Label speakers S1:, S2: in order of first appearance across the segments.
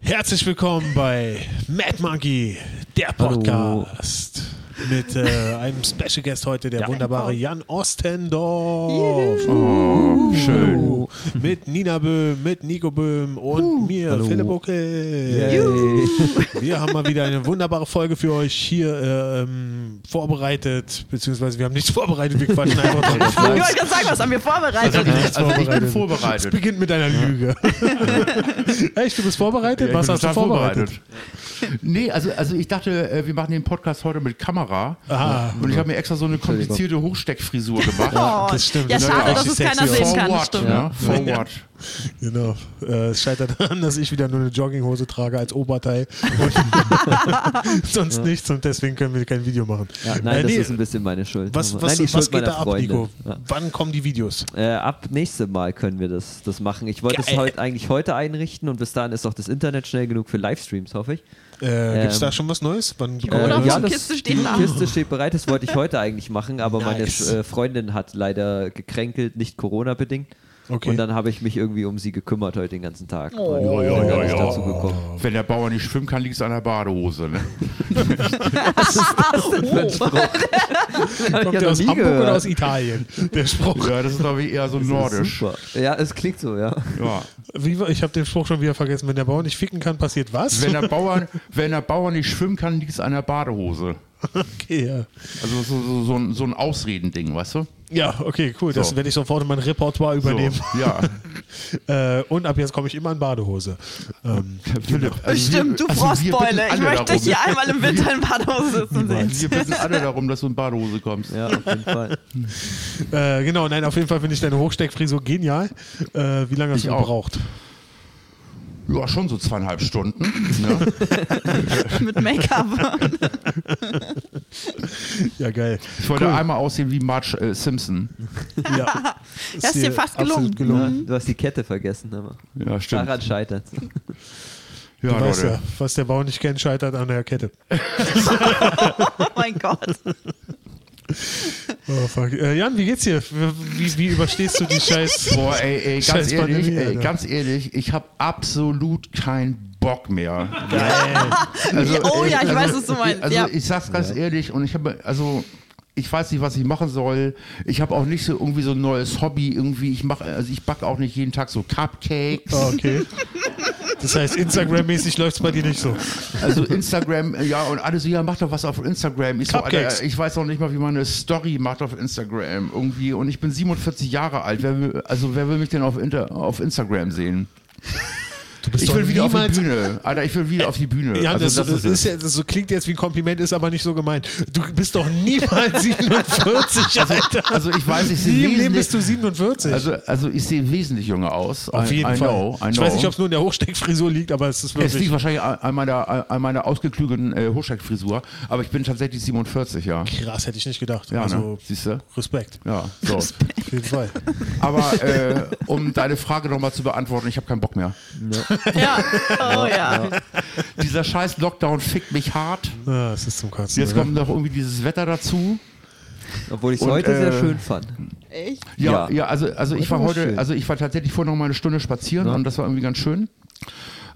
S1: Herzlich willkommen bei Mad Monkey, der Podcast. Mit äh, einem Special Guest heute, der wunderbare Jan Ostendorf.
S2: Oh, schön.
S1: Uh, Mit Nina Böhm, mit Nico Böhm und mir,
S2: Hallo.
S1: Philipp Buckel.
S2: Yay.
S1: Wir haben mal wieder eine wunderbare Folge für euch hier äh, ähm, vorbereitet, beziehungsweise wir haben nichts vorbereitet, wir quatschen einfach drauf
S3: Ich
S1: los.
S3: wollte gerade sagen, was haben wir vorbereitet?
S1: nichts
S2: Also ich
S1: vorbereitet.
S2: bin
S1: Es
S2: vorbereitet.
S1: beginnt mit einer Lüge. Echt, du bist vorbereitet?
S2: Ja,
S1: Was
S2: ich bin
S1: hast du
S2: total
S1: vorbereitet?
S2: Nee, also, also ich dachte, äh, wir machen den Podcast heute mit Kamera.
S1: Ah.
S2: Und ich habe mir extra so eine komplizierte Hochsteckfrisur gemacht.
S3: Oh,
S1: das stimmt.
S3: Ja,
S1: Das
S3: schade,
S1: sieht
S3: dass es
S1: richtig
S3: keiner
S1: sexy
S3: sehen
S1: aus.
S3: kann.
S2: Forward,
S3: Stimmt.
S2: ja, forward.
S1: Genau. Äh, es scheitert daran, dass ich wieder nur eine Jogginghose trage als Oberteil und sonst nichts und deswegen können wir kein Video machen.
S4: Ja, nein,
S1: Äh,
S4: das
S1: nee,
S4: ist ein bisschen meine Schuld.
S1: was,
S4: nein,
S1: was,
S4: die
S1: was
S4: Schuld
S1: geht
S4: meiner
S1: da ab,
S4: Freunde.
S1: Nico?
S4: Ja.
S1: Wann kommen die Videos?
S4: Äh, ab nächstem Mal können wir das, das machen. Ich wollte es
S1: Geil.
S4: heute eigentlich heute einrichten und bis dahin ist auch das Internet schnell genug für Livestreams, hoffe ich.
S1: Äh, Gibt es
S4: Ähm,
S1: da schon was Neues? Wann
S3: Oder
S1: bekommen
S3: auch
S1: wir
S3: ja,
S1: das?
S3: die Kiste steht
S4: die
S3: da.
S4: Kiste steht bereit, das wollte ich heute eigentlich machen, aber
S1: Nice.
S4: meine äh, Freundin hat leider gekränkelt, nicht Corona-bedingt.
S1: Okay.
S4: Und dann habe ich mich irgendwie um sie gekümmert heute den ganzen Tag.
S3: Oh,
S4: und bin
S1: ja,
S4: gar
S1: ja,
S4: nicht
S1: ja.
S4: dazu gekommen.
S2: Wenn der Bauer nicht schwimmen kann, liegt es an der Badehose. Ne?
S1: Also Kommt der aus Hamburg oder aus Italien? Der Spruch.
S2: Ja, das ist glaube ich eher so nordisch.
S4: Super. Ja, es klingt so, ja.
S2: Ja.
S1: Wie, war- ich habe den Spruch schon wieder vergessen. Wenn der Bauer nicht ficken kann, passiert was?
S2: Wenn, der Bauer, wenn der Bauer nicht schwimmen kann, liegt es an der Badehose.
S1: okay, ja.
S2: Also so, so, so, ein, so ein Ausredending, weißt du?
S1: ja, okay, cool. Das
S2: So.
S1: werde ich sofort in mein Repertoire
S2: So,
S1: übernehmen.
S2: ja.
S1: Äh, und ab jetzt komme ich immer in Badehose. Ähm,
S2: Philipp, also
S3: Stimmt, du
S2: wir- also wir bitten
S3: Frostbeule. Ich
S2: alle
S3: möchte
S2: darum.
S3: dich hier einmal im Winter in Badehose sitzen sehen.
S2: Wir bitten alle darum, dass du in Badehose kommst.
S4: Ja, auf jeden Fall.
S1: äh, genau, nein, auf jeden Fall finde ich deine Hochsteckfrisur genial. Äh, wie lange hast
S2: Ich
S1: du
S2: auch.
S1: gebraucht?
S2: Ja, schon so zweieinhalb Stunden. Ne?
S3: Mit Make-up.
S1: Ja, geil.
S2: Ich wollte einmal aussehen wie Marge äh, Simpson.
S1: Ja.
S3: Das ist dir fast
S1: absolut
S3: gelungen.
S1: gelungen.
S4: Du hast die Kette vergessen, aber
S2: Ja,
S4: daran scheitert
S2: Ja,
S1: du weißt
S2: Leute.
S1: ja, was der Bauer nicht kennt, scheitert an der Kette.
S3: Oh mein Gott.
S1: Oh, fuck. Äh, Jan, wie geht's dir? Wie, wie überstehst du die Scheiß?
S2: Boah, ey, ey, ganz
S1: Scheiß
S2: ehrlich,
S1: Pandemie,
S2: ey,
S1: Alter.
S2: ganz ehrlich, ich habe absolut keinen Bock mehr. Also,
S3: Oh
S2: ey,
S3: ja, ich
S2: also,
S3: weiß, was du meinst.
S2: Also
S3: Ja.
S2: ich sag's ganz ehrlich und ich habe also ich weiß nicht, was ich machen soll. Ich habe auch nicht so irgendwie so ein neues Hobby irgendwie. Ich mache also ich backe auch nicht jeden Tag so Cupcakes.
S1: Oh, okay. Das heißt, Instagram-mäßig läuft's bei dir nicht so.
S2: Also Instagram, ja, und alle so, ja, mach doch was auf Instagram. Ich, so,
S1: Cupcakes.
S2: Alter, ich weiß noch nicht mal, wie man eine Story macht auf Instagram irgendwie. Und ich bin 47 Jahre alt. Wer will, also wer will mich denn auf, Inter, auf Instagram sehen?
S1: Du bist
S2: Ich will wieder auf die
S1: niemals-
S2: Bühne. Alter, ich will wieder auf die Bühne.
S1: Ja,
S2: also,
S1: das, das, ist ja, das so klingt jetzt wie ein Kompliment, ist aber nicht so gemeint. Du bist doch niemals 47, Alter.
S2: also ich weiß, ich
S1: Nie
S2: sehe
S1: im Leben bist
S2: wesentlich,
S1: du 47.
S2: also, also ich sehe wesentlich jünger aus.
S1: Auf
S2: I,
S1: jeden
S2: I
S1: Fall.
S2: Know, I know.
S1: Ich weiß nicht, ob es nur in der Hochsteckfrisur liegt, aber es ist
S2: es liegt
S1: wirklich.
S2: wahrscheinlich an an meiner, an meiner ausgeklügelten äh, Hochsteckfrisur, aber ich bin tatsächlich 47, ja.
S1: krass, hätte ich nicht gedacht.
S2: Ja,
S1: also,
S2: ne? siehst du?
S1: Respekt.
S2: Ja, so.
S1: Auf jeden Fall.
S2: Aber äh, um deine Frage nochmal zu beantworten, ich habe keinen Bock mehr.
S3: Ja. Oh ja.
S2: Dieser scheiß Lockdown fickt mich hart.
S1: Ah, es ist zum Kotzen.
S2: Jetzt
S1: oder?
S2: kommt noch irgendwie dieses Wetter dazu.
S4: Obwohl ich es
S2: Und,
S4: heute sehr
S2: äh,
S4: schön fand.
S3: Echt?
S2: Ja,
S4: Ja.
S2: ja, also, also ich
S4: Heute
S2: war
S4: war
S2: heute,
S4: schön.
S2: also ich war tatsächlich vorhin noch mal eine Stunde spazieren und das war irgendwie ganz schön.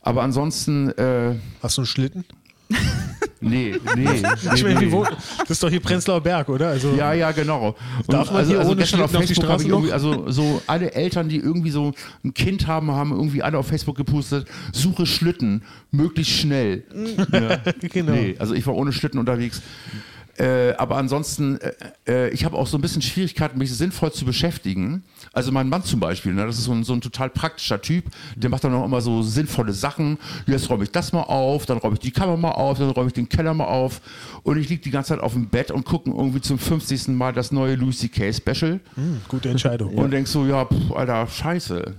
S2: Aber ansonsten, äh,
S1: Hast du einen Schlitten?
S2: nee, nee.
S1: Ich
S2: nee,
S1: meine, wie
S2: nee.
S1: wohnt. Das ist doch hier Prenzlauer Berg, oder? Also,
S2: Ja, ja, genau. Und
S1: Darf man hier ohne
S2: gestern auf
S1: Schlitten auf die
S2: Facebook habe ich
S1: Straße noch?
S2: irgendwie, also so alle Eltern, die irgendwie so ein Kind haben, haben irgendwie alle auf Facebook gepustet, suche Schlitten, möglichst schnell.
S1: genau.
S2: Nee, also ich war ohne Schlitten unterwegs. Äh, aber ansonsten, äh, äh, ich habe auch so ein bisschen Schwierigkeiten, mich sinnvoll zu beschäftigen. Also mein Mann zum Beispiel, ne, das ist so ein, so ein total praktischer Typ, der macht dann auch immer so sinnvolle Sachen. Jetzt räume ich das mal auf, dann räume ich die Kammer mal auf, dann räume ich den Keller mal auf. Und ich liege die ganze Zeit auf dem Bett und gucke irgendwie zum 50. Mal das neue Lucy K. Special
S1: Hm, gute Entscheidung.
S2: und denk so, ja, pff, Alter, scheiße.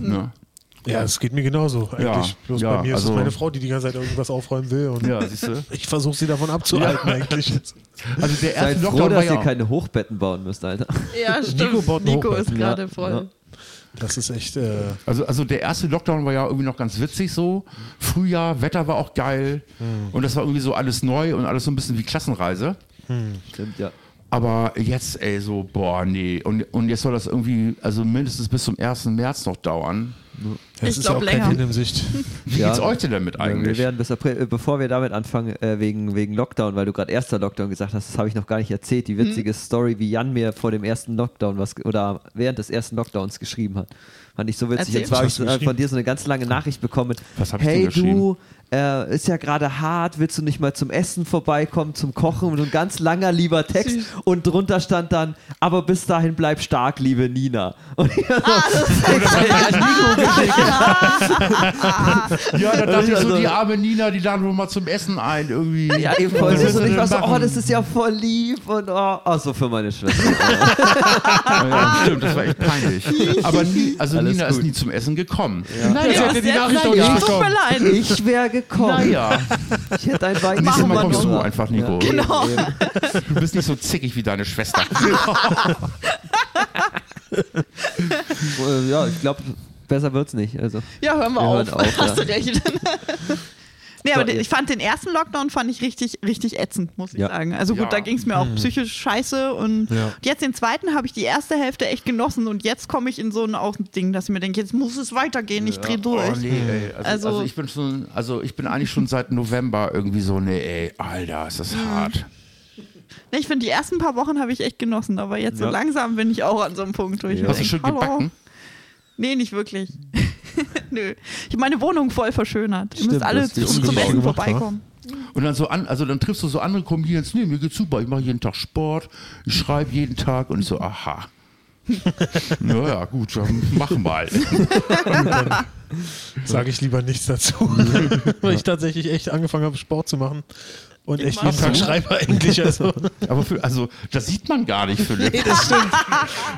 S2: Ne?
S1: ja, es geht mir genauso. Eigentlich.
S2: Ja,
S1: Bloß
S2: ja,
S1: bei mir ist
S2: also-
S1: es meine Frau, die die ganze Zeit irgendwas aufräumen will. Und
S2: Ja, siehst du?
S1: Ich versuche sie davon abzuhalten, eigentlich.
S2: Also der
S4: Seid
S2: erste
S4: froh,
S2: Lockdown war
S4: dass ihr
S2: ja
S4: keine Hochbetten bauen müsst, Alter.
S3: Ja,
S1: Nico
S3: stimmt.
S1: baut einen
S3: Nico
S1: Hochbett.
S3: ist gerade
S4: Ja,
S3: voll.
S1: Das ist echt. Äh,
S2: Also, also der erste Lockdown war ja irgendwie noch ganz witzig so. Frühjahr, Wetter war auch
S4: Mhm.
S2: geil. Und das war irgendwie so alles neu und alles so ein bisschen wie Klassenreise.
S4: Stimmt, ja.
S2: Aber jetzt, ey, so, boah, nee. Und, und jetzt soll das irgendwie, also mindestens bis zum 1. März noch dauern.
S1: Das
S3: Ich
S1: ist
S3: glaub,
S1: ja auch kein
S3: länger.
S1: Ende in Sicht.
S2: Wie
S4: Ja.
S2: geht's euch denn damit
S4: Wir
S2: eigentlich?
S4: werden bis April, äh, bevor wir damit anfangen, äh, wegen, wegen Lockdown, weil du gerade erster Lockdown gesagt hast, das habe ich noch gar nicht erzählt, die witzige Story, wie Jan mir vor dem ersten Lockdown was ge- oder während des ersten Lockdowns geschrieben hat. Fand ich so witzig.
S3: Erzähl.
S4: Und zwar habe ich
S1: Was hast du
S4: so- äh, von dir so eine ganz lange Nachricht bekommen. mit,
S2: Was hab ich
S4: hey
S2: denn geschrieben?
S4: du, äh, ist ja gerade hart, willst du nicht mal zum Essen vorbeikommen, zum Kochen? Und so ein ganz langer, lieber Text. Und drunter stand dann, aber bis dahin bleib stark, liebe Nina. Und ich war so,
S2: Ja, da dachte ich so,
S4: Also-
S2: die arme Nina, die laden wir mal zum Essen ein irgendwie.
S4: Ja, eben voll
S2: Was
S4: süß.
S2: willst
S4: Und
S2: du
S4: ich war
S2: denn
S4: so, oh,
S2: machen?
S4: das ist ja voll lieb und oh, oh so für meine Schwester.
S2: Ja, ja, stimmt, das war echt peinlich. Aber nie, also
S4: Alles
S2: Nina ist
S4: gut.
S2: nie zum Essen gekommen.
S1: Ich hätte die Nachricht doch nicht
S3: Tut mir
S1: bekommen.
S3: leid.
S4: Ich wäre gekommen.
S2: Naja,
S4: Ich hätte ein Wein
S2: nächstes
S3: Machen wir
S2: Mal kommst du
S3: nochmal.
S2: einfach, Nico.
S3: Genau.
S2: Du bist nicht so zickig wie deine Schwester.
S4: Äh, Ja, ich glaube, besser wird's nicht. Also.
S3: Ja, hören wir,
S4: Wir
S3: auf.
S4: hören auf,
S3: Hast
S4: ja.
S3: du recht. Nee, aber
S4: So,
S3: den-
S4: jetzt-
S3: ich fand den ersten Lockdown fand ich richtig, richtig ätzend, muss ich
S4: Ja.
S3: sagen. Also gut,
S2: Ja.
S3: da ging es mir auch psychisch scheiße und
S1: Ja.
S3: und jetzt den zweiten habe ich die erste Hälfte echt genossen und jetzt komme ich in so ein auch ein Ding, dass ich mir denke, jetzt muss es weitergehen, ich drehe durch.
S2: Oh, nee, ey. Also, also,
S3: Also-
S2: ich bin schon, also ich bin eigentlich schon seit November irgendwie so, nee, ey, Alter, ist das hart.
S3: Nee, Ich finde, die ersten paar Wochen habe ich echt genossen, aber jetzt so
S4: Ja.
S3: langsam bin ich auch an so einem Punkt, wo ich mir
S2: Hast du
S3: denk,
S2: schon
S3: hallo.
S2: gebacken?
S3: Nee, nicht wirklich. Nö. Ich habe meine Wohnung voll verschönert. Ihr müsst
S4: Stimmt,
S3: alle
S4: das ist
S3: zum, zum
S1: ungeschlagen
S3: Essen
S1: gemacht,
S3: vorbeikommen.
S2: Und dann so an, also dann triffst du so andere Comedians, nee, mir geht's super, ich mache jeden Tag Sport, ich schreibe jeden Tag und ich so, aha. naja, gut, dann machen wir halt.
S1: Sage ich lieber nichts dazu. Weil ich tatsächlich echt angefangen habe, Sport zu machen. Und echt jeden
S3: mach's
S1: Tag
S2: so.
S1: schreibe eigentlich. Also,
S2: Aber für, also, das sieht man gar nicht, Philipp.
S1: das stimmt.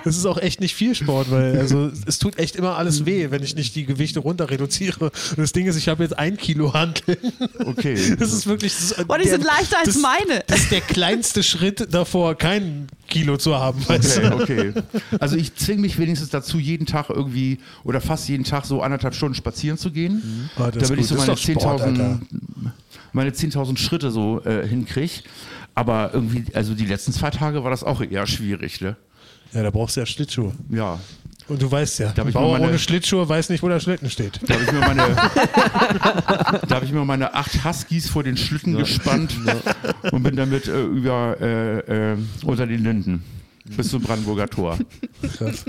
S1: Das ist auch echt nicht viel Sport, weil also, es tut echt immer alles weh, wenn ich nicht die Gewichte runter reduziere. Und das Ding ist, ich habe jetzt ein Kilo Handeln.
S2: Okay.
S1: Das ist wirklich. Das ist,
S3: Und die
S1: der-
S3: sind leichter als
S1: das-
S3: meine.
S1: Das ist der kleinste Schritt davor, kein Kilo zu haben. Weißt du?
S2: Okay, okay. Also ich zwinge mich wenigstens dazu, jeden Tag irgendwie oder fast jeden Tag so anderthalb Stunden spazieren zu gehen,
S1: Ah, das ist
S2: Mhm. damit ich
S1: gut.
S2: so
S1: Das
S2: meine
S1: ist doch Sport,
S2: 10.000
S1: Alter.
S2: meine 10.000 Schritte so äh, hinkriege. Aber irgendwie, also die letzten zwei Tage war das auch eher schwierig, ne?
S1: Ja, da brauchst du ja Schlittschuhe.
S2: Ja.
S1: Und du weißt ja,
S2: Da hab
S1: ein
S2: ich mir
S1: Bauer
S2: meine-
S1: ohne Schlittschuhe weiß nicht, wo der Schlitten steht.
S2: Da habe ich mir meine, da habe ich mir meine acht Huskies vor den Schlitten gespannt und bin damit äh, über äh, äh, unter den Linden bis zum Brandenburger Tor.
S1: Krass.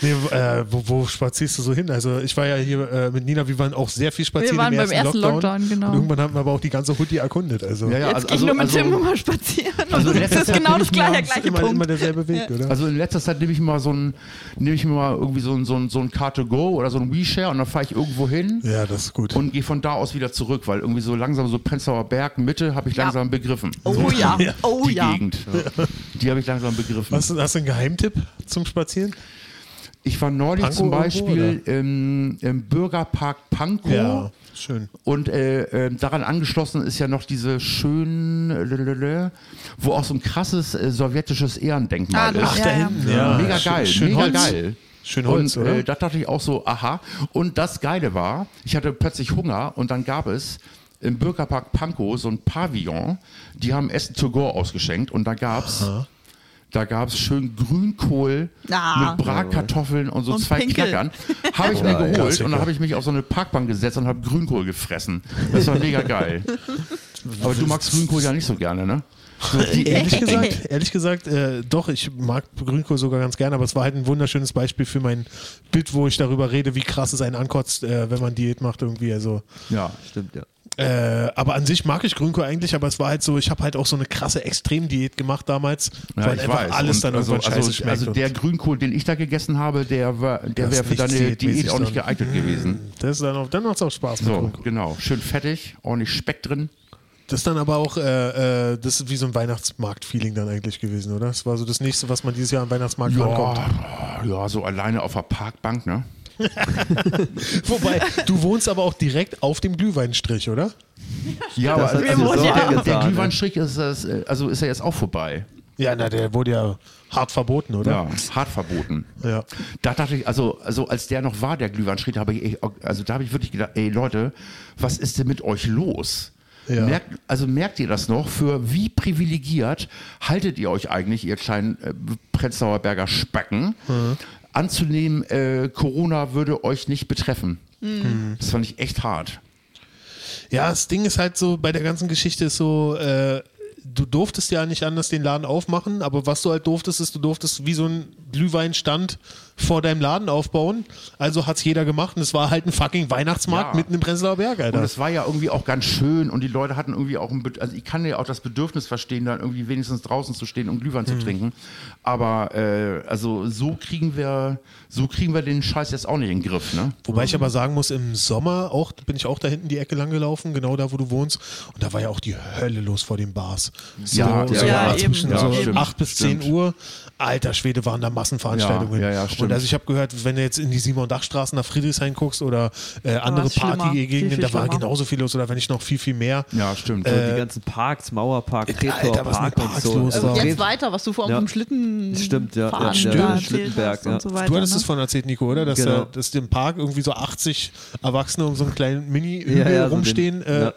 S1: Nee, wo- äh, wo, wo spazierst du so hin? Also ich war ja hier äh, mit Nina, wir waren auch sehr viel spazieren
S3: waren
S1: im
S3: beim
S1: ersten
S3: ersten
S1: Lockdown.
S3: Lockdown, genau.
S1: Und irgendwann haben wir aber auch die ganze Hutti erkundet. Also
S2: Ja, ja,
S3: Jetzt
S2: also-
S3: gehe ich nur mit
S2: also-
S3: Tim nochmal spazieren.
S2: also
S3: und das
S2: letztes
S3: ist
S2: Jahr
S3: genau
S1: Bin
S3: das
S1: ich mir
S3: gleiche, der
S1: abends
S3: gleiche
S1: immer,
S3: Punkt.
S1: Immer derselbe Weg, oder?
S2: Also in letzter Zeit nehme ich mir mal so ein, nehme ich mir mal irgendwie so ein, so ein, so ein Car to go oder so ein WeShare und dann fahre ich irgendwo hin
S1: ja, das ist gut.
S2: und gehe von da aus wieder zurück, weil irgendwie so langsam so Prenzlauer Berg, Mitte habe ich
S3: Ja.
S2: langsam begriffen.
S3: oh ja, oh
S2: die
S3: ja.
S2: Gegend. Die habe ich langsam begriffen.
S1: Hast, du- hast du einen Geheimtipp zum Spazieren?
S2: Ich war neulich
S1: Pankow
S2: zum
S1: irgendwo,
S2: Beispiel im, im Bürgerpark Pankow
S1: schön.
S2: und äh, ähm, daran angeschlossen ist ja noch diese schönen, äh, lelele, wo auch so ein krasses äh, sowjetisches
S3: Ah,
S2: Ehrendenkmal
S3: du-
S2: ist.
S3: Ach, da hinten,
S1: ja.
S2: mega
S1: Schön-
S2: geil,
S1: schön
S2: mega
S1: Holz.
S2: geil.
S1: Schön Holz,
S2: und,
S1: oder?
S2: Äh, da dachte ich auch so, aha. Und das Geile war, ich hatte plötzlich Hunger und dann gab es im Bürgerpark Pankow so ein Pavillon, die haben Essen to go ausgeschenkt und da gab's da gab's schön Grünkohl
S3: Ah.
S2: mit Bratkartoffeln und so
S3: Und
S2: zwei
S3: Pinkel.
S2: Knackern. Habe ich mir
S4: Geil.
S2: geholt
S1: Klassiker.
S2: und dann habe ich mich auf so eine Parkbank gesetzt und habe Grünkohl gefressen. Das war mega geil. Aber du magst Grünkohl ja nicht so gerne, ne? So, die,
S1: Ehrlich gesagt, ehrlich gesagt äh, doch, ich mag Grünkohl sogar ganz gerne, aber es war halt ein wunderschönes Beispiel für mein Bild, wo ich darüber rede, wie krass es einen ankotzt, äh, wenn man Diät macht irgendwie. Also,
S2: ja.
S4: Stimmt, ja.
S1: äh, aber an sich mag ich Grünkohl eigentlich, aber es war halt so, ich habe halt auch so eine krasse Extremdiät gemacht damals,
S2: Ja,
S1: weil
S2: ich
S1: einfach
S2: weiß.
S1: alles
S2: Und
S1: dann
S2: also,
S1: irgendwann scheiße
S2: also,
S1: schmeckt.
S2: also
S1: und
S2: der Grünkohl, den ich da gegessen habe, der, war- der
S1: Das
S2: wäre für
S1: nicht
S2: deine
S1: zählt,
S2: Diät
S1: mäßig
S2: auch nicht
S1: dann.
S2: geeignet gewesen.
S1: das ist dann, auch, dann macht's auch Spaß mit
S2: So,
S1: Grünkohl.
S2: genau. Schön fettig, ordentlich Speck drin.
S1: Das ist dann aber auch, äh, äh, das ist wie so ein Weihnachtsmarkt-Feeling dann eigentlich gewesen, oder? Das war so das nächste, was man dieses Jahr am Weihnachtsmarkt rankommt.
S2: Ja, ja, so alleine auf der Parkbank, ne?
S1: Wobei, du wohnst aber auch direkt auf dem Glühweinstrich, oder?
S2: Ja,
S4: Das
S2: aber
S4: hat sie
S2: also,
S3: so
S2: der, der
S4: angetan, ne?
S2: Glühweinstrich ist, das, äh, also ist ja jetzt auch vorbei.
S1: Ja, na, der wurde ja hart verboten, oder?
S2: Ja, hart verboten.
S1: Ja.
S2: Da dachte ich, also, also als der noch war, der Glühweinstrich, da habe ich, echt- also da habe ich wirklich gedacht, ey Leute, was ist denn mit euch los?
S1: Ja.
S2: Merkt, also merkt ihr das noch, für wie privilegiert haltet ihr euch eigentlich, ihr kleinen äh, Prenzlauer Berger Spacken, anzunehmen, äh, Corona würde euch nicht betreffen? Das fand ich echt hart.
S1: Ja, das Ding ist halt so, bei der ganzen Geschichte ist so, äh, du durftest ja nicht anders den Laden aufmachen, aber was du halt durftest, ist, du durftest wie so ein Glühweinstand vor deinem Laden aufbauen. Also hat's jeder gemacht und es war halt ein fucking Weihnachtsmarkt
S2: Ja.
S1: mitten im Prenzlauer Berg, Alter.
S2: Und es war ja irgendwie auch ganz schön und die Leute hatten irgendwie auch ein, Bed- also ich kann ja auch das Bedürfnis verstehen, dann irgendwie wenigstens draußen zu stehen und Glühwein zu trinken. Aber äh, also so kriegen wir, so kriegen wir den Scheiß jetzt auch nicht in den Griff, ne?
S1: Wobei ich aber sagen muss, im Sommer auch, bin ich auch da hinten die Ecke lang gelaufen, genau da, wo du wohnst. Und da war ja auch die Hölle los vor den Bars. So,
S2: Ja,
S1: so
S2: ja,
S3: ja,
S1: zwischen
S3: eben.
S1: so
S2: Ja, stimmt,
S1: 8 bis
S2: stimmt.
S1: 10 Uhr. Alter Schwede, waren da Massenveranstaltungen.
S2: Ja, ja, ja,
S1: und
S2: stimmt.
S1: also ich habe gehört, wenn du jetzt in die Simon-Dach-Straßen nach Friedrichshain guckst oder äh, andere
S3: war's schlimmer. Viel,
S1: Party-Gegenden,
S3: viel
S1: da war
S3: schlimmer.
S1: genauso viel los oder wenn nicht noch viel, viel mehr.
S2: Ja, stimmt.
S4: die
S1: Äh,
S4: ganzen Parks, Mauerpark,
S1: Alter,
S4: Treptower
S1: was mit
S4: Park und
S1: Parks
S4: so. Also
S1: los war.
S3: Und jetzt
S4: Trep-
S3: weiter, was du vorhin
S4: Ja.
S3: vom Schlitten.
S4: Stimmt, ja, ja,
S3: Fahren
S4: stimmt,
S3: da
S4: stimmt,
S3: erzählt
S4: Schlittenberg,
S3: hast und
S4: ja.
S3: so weiter,
S1: Du hattest
S3: ne?
S1: es von erzählt, Nico, oder? Dass,
S4: Genau.
S1: da, dass im Park irgendwie so 80 Erwachsene um so einen kleinen Mini-Hügel
S4: Ja, ja, so
S1: rumstehen.
S4: den-
S1: äh,
S4: ja.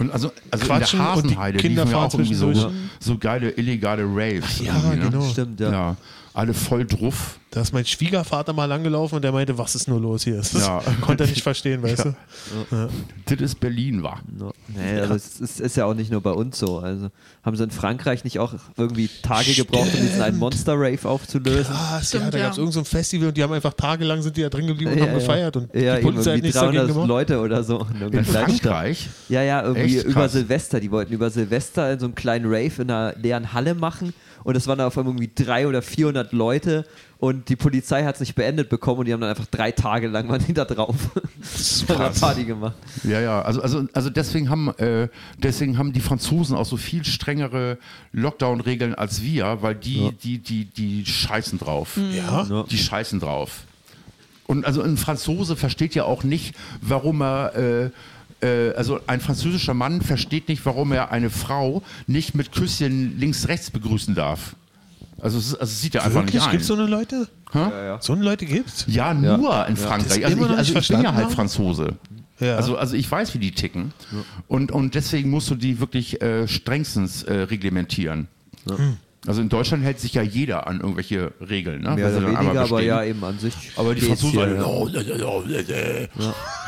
S2: Und also, also in
S1: Quatschen
S2: der
S1: und die
S2: Hasenheide
S1: Kinder
S2: liefen ja
S1: fahren
S2: auch irgendwie so,
S1: zwischendurch.
S2: so geile illegale Raves.
S1: ja,
S2: irgendwie, ne?
S1: genau.
S4: Stimmt,
S2: Ja.
S4: ja.
S2: alle voll druff.
S1: Da ist mein Schwiegervater mal langgelaufen und der meinte, was ist nur los hier? Das
S2: Ja.
S1: konnte er nicht verstehen, weißt du?
S2: Das ist Berlin, war.
S4: No. Nee, aber es ist, ist ja auch nicht nur bei uns so. Also haben sie in Frankreich nicht auch irgendwie Tage gebraucht, um diesen einen Monster-Rave aufzulösen?
S1: Krass, Ah, ja,
S3: Stimmt,
S1: da
S3: ja.
S1: gab es irgendein so ein Festival und die haben einfach tagelang sind die da drin geblieben und haben gefeiert und
S4: ja,
S1: die Polizei hat
S4: irgendwie
S1: nichts dagegen
S4: 300
S1: gemacht.
S4: Leute oder so. In, irgendeiner
S2: In
S4: Kleinstadt.
S2: Frankreich?
S4: Ja, ja, irgendwie
S2: Echt krass.
S4: über Silvester. Die wollten über Silvester in so einem kleinen Rave in einer leeren Halle machen und es waren da auf einmal irgendwie 300 oder 400 Leute und die Polizei hat es nicht beendet bekommen und die haben dann einfach drei Tage lang waren die da drauf. Von der
S2: krass.
S4: Party gemacht.
S2: Ja, ja, also, also, also deswegen, haben, äh, deswegen haben die Franzosen auch so viel strengere Lockdown-Regeln als wir, weil die, die, die, die scheißen drauf.
S1: Ja? Ja.
S2: Die scheißen drauf. Und also ein Franzose versteht ja auch nicht, warum er, äh, äh, also ein französischer Mann versteht nicht, warum er eine Frau nicht mit Küsschen links-rechts begrüßen darf. Also es, ist, also es sieht ja einfach
S1: Wirklich?
S2: nicht ein.
S1: Gibt es so eine Leute?
S2: ja,
S1: So eine Leute gibt's?
S2: ja, nur in Frankreich.
S1: Das
S2: Also
S1: immer
S2: ich,
S1: noch nicht
S2: also ich bin ja
S1: verstanden
S2: halt
S1: haben?
S2: Franzose.
S1: Ja.
S2: Also, also ich weiß, wie die ticken. Und, und deswegen musst du die wirklich äh, strengstens äh, reglementieren. Also in Deutschland hält sich ja jeder an irgendwelche Regeln. Ne?
S4: Mehr
S2: Weil sie
S4: oder
S2: dann einmal
S4: Also weniger, aber
S2: bestehen.
S4: ja, eben an sich.
S2: Aber die
S4: geht's
S2: Franzosen,
S4: hier,
S2: alle,
S4: ja.
S2: oh, ja, ja, ja, ja.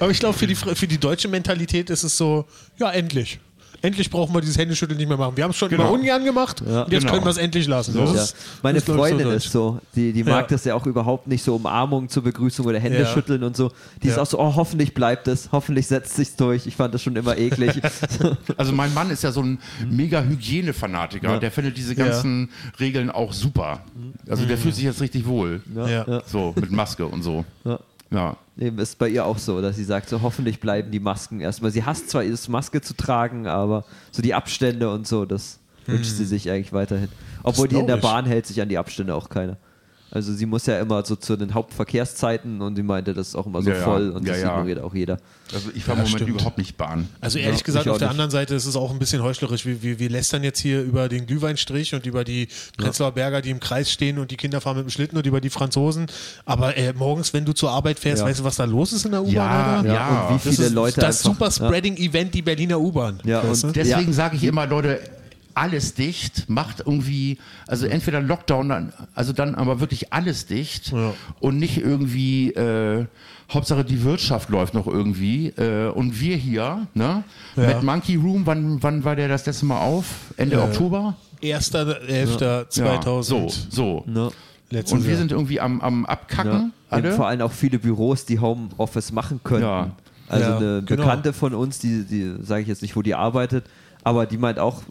S1: Aber ich glaube, für die, Fr- für die deutsche Mentalität ist es so, ja, endlich. Endlich brauchen wir dieses Händeschütteln nicht mehr machen. Wir haben es schon
S2: Genau.
S1: immer ungern gemacht und jetzt
S2: Genau.
S1: können wir es endlich lassen.
S2: So.
S1: Das
S4: Ja.
S1: ist,
S4: Meine
S1: das glaub ich,
S4: Freundin
S1: deutsch.
S4: ist so, die, die mag
S1: Ja.
S4: das ja auch überhaupt nicht, so Umarmungen zur Begrüßung oder Hände
S1: Ja.
S4: schütteln und so. Die ist
S1: Ja.
S4: auch so, oh, hoffentlich bleibt es, hoffentlich setzt sich's durch. Ich fand das schon immer eklig.
S2: Also mein Mann ist ja so ein mega Hygienefanatiker. Der findet diese ganzen Regeln auch super. Also der fühlt sich jetzt richtig wohl.
S1: Ja. Ja.
S2: So, mit Maske und so.
S4: Ja.
S2: Ja.
S4: Eben ist bei ihr auch so, dass sie sagt, so hoffentlich bleiben die Masken erstmal. Sie hasst zwar ihre Maske zu tragen, aber so die Abstände und so, das wünscht sie sich eigentlich weiterhin. Obwohl
S1: Hm. Das
S4: die in der
S1: glaub ich.
S4: Bahn hält sich an die Abstände auch keiner. Also sie muss ja immer so zu den Hauptverkehrszeiten und sie meinte, das ist auch immer so
S2: Ja, ja.
S4: voll und
S2: Ja,
S4: das
S2: ja.
S4: ignoriert auch jeder.
S2: Also ich fahre im Moment
S1: stimmt.
S2: überhaupt nicht Bahn.
S1: Also ehrlich
S4: Ja,
S1: gesagt,
S4: ich
S1: auf
S4: auch
S1: der
S4: nicht.
S1: anderen Seite ist es auch ein bisschen heuchlerisch. Wir, wir, wir lästern jetzt hier über den Glühweinstrich und über die Prenzlauer Berger, die im Kreis stehen und die Kinder fahren mit dem Schlitten und über die Franzosen. Aber äh, morgens, wenn du zur Arbeit fährst,
S4: Ja.
S1: weißt du, was da los ist in der U-Bahn?
S2: Ja,
S1: Alter?
S2: ja.
S4: und wie
S1: Das
S4: viele
S1: ist
S4: Leute
S1: das
S4: einfach,
S1: super Spreading-Event, die Berliner U-Bahn.
S4: Ja,
S1: Weißt
S4: und
S1: du?
S2: Deswegen sage ich immer, Leute, alles dicht, macht irgendwie, also entweder Lockdown, dann- also dann aber wirklich alles dicht
S1: Ja.
S2: und nicht irgendwie, äh, Hauptsache die Wirtschaft läuft noch irgendwie äh, und wir hier, ne?
S1: Ja. Äh,
S2: Mit Monkey Room, wann, wann war der das letzte Mal auf? Ende Oktober?
S1: 1.11.2000.
S2: Ja, so, so.
S4: Ne?
S1: Letztes
S2: Und wir
S1: Jahr.
S2: sind irgendwie am, am Abkacken,
S4: Ja. Und
S2: alle.
S4: vor allem auch viele Büros, die Homeoffice machen könnten.
S2: Ja.
S4: Also
S1: Ja,
S4: eine
S1: genau.
S4: Bekannte von uns, die, die sage ich jetzt nicht, wo die arbeitet, aber die meint auch,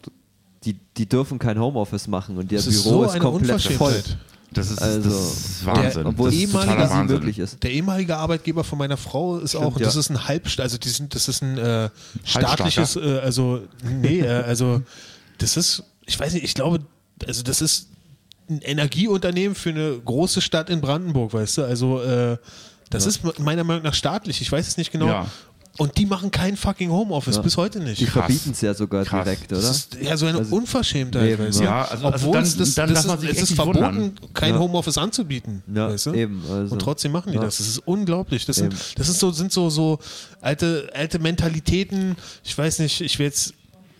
S4: die, die dürfen kein Homeoffice machen und ihr
S1: Das
S4: Büro
S1: ist so
S4: ist,
S1: eine
S4: komplett voll.
S1: Unverschämtheit.
S2: Das ist,
S4: Also,
S2: das ist Wahnsinn.
S1: der-
S4: Obwohl
S2: das
S4: es
S2: ist
S1: ehemalige
S2: totaler
S4: total
S2: Wahnsinn.
S4: möglich ist.
S1: Der ehemalige Arbeitgeber von meiner Frau ist auch, und das
S4: ja.
S1: ist ein Halb, also die sind, das ist ein äh, staatliches, äh, also nee, äh, also das ist, ich weiß nicht, ich glaube, also das ist ein Energieunternehmen für eine große Stadt in Brandenburg, weißt du, also äh, das ist me- meiner Meinung nach staatlich, ich weiß es nicht genau.
S2: Ja.
S1: Und die machen kein fucking Homeoffice, bis heute nicht.
S4: Die
S2: Krass.
S4: verbieten es ja sogar
S2: Krass.
S4: direkt,
S1: Das
S4: oder?
S1: ist ja so eine
S4: Also-
S1: Unverschämtheit.
S4: Eben,
S1: weißt du?
S2: ja. Ja, also- also
S1: Obwohl
S2: dann-
S1: es das,
S2: dann
S1: das
S2: darf man
S1: ist,
S2: sich
S1: es
S2: echt
S1: ist
S2: nicht
S1: verboten,
S2: wundern.
S1: kein
S4: Ja.
S1: Homeoffice anzubieten.
S4: Ja,
S1: weißt du?
S4: eben, also.
S1: Und trotzdem machen die
S4: Ja.
S1: das. Das ist unglaublich. Das, sind,
S4: Eben.
S1: das ist so, sind so, so alte, alte Mentalitäten. Ich weiß nicht, ich will jetzt.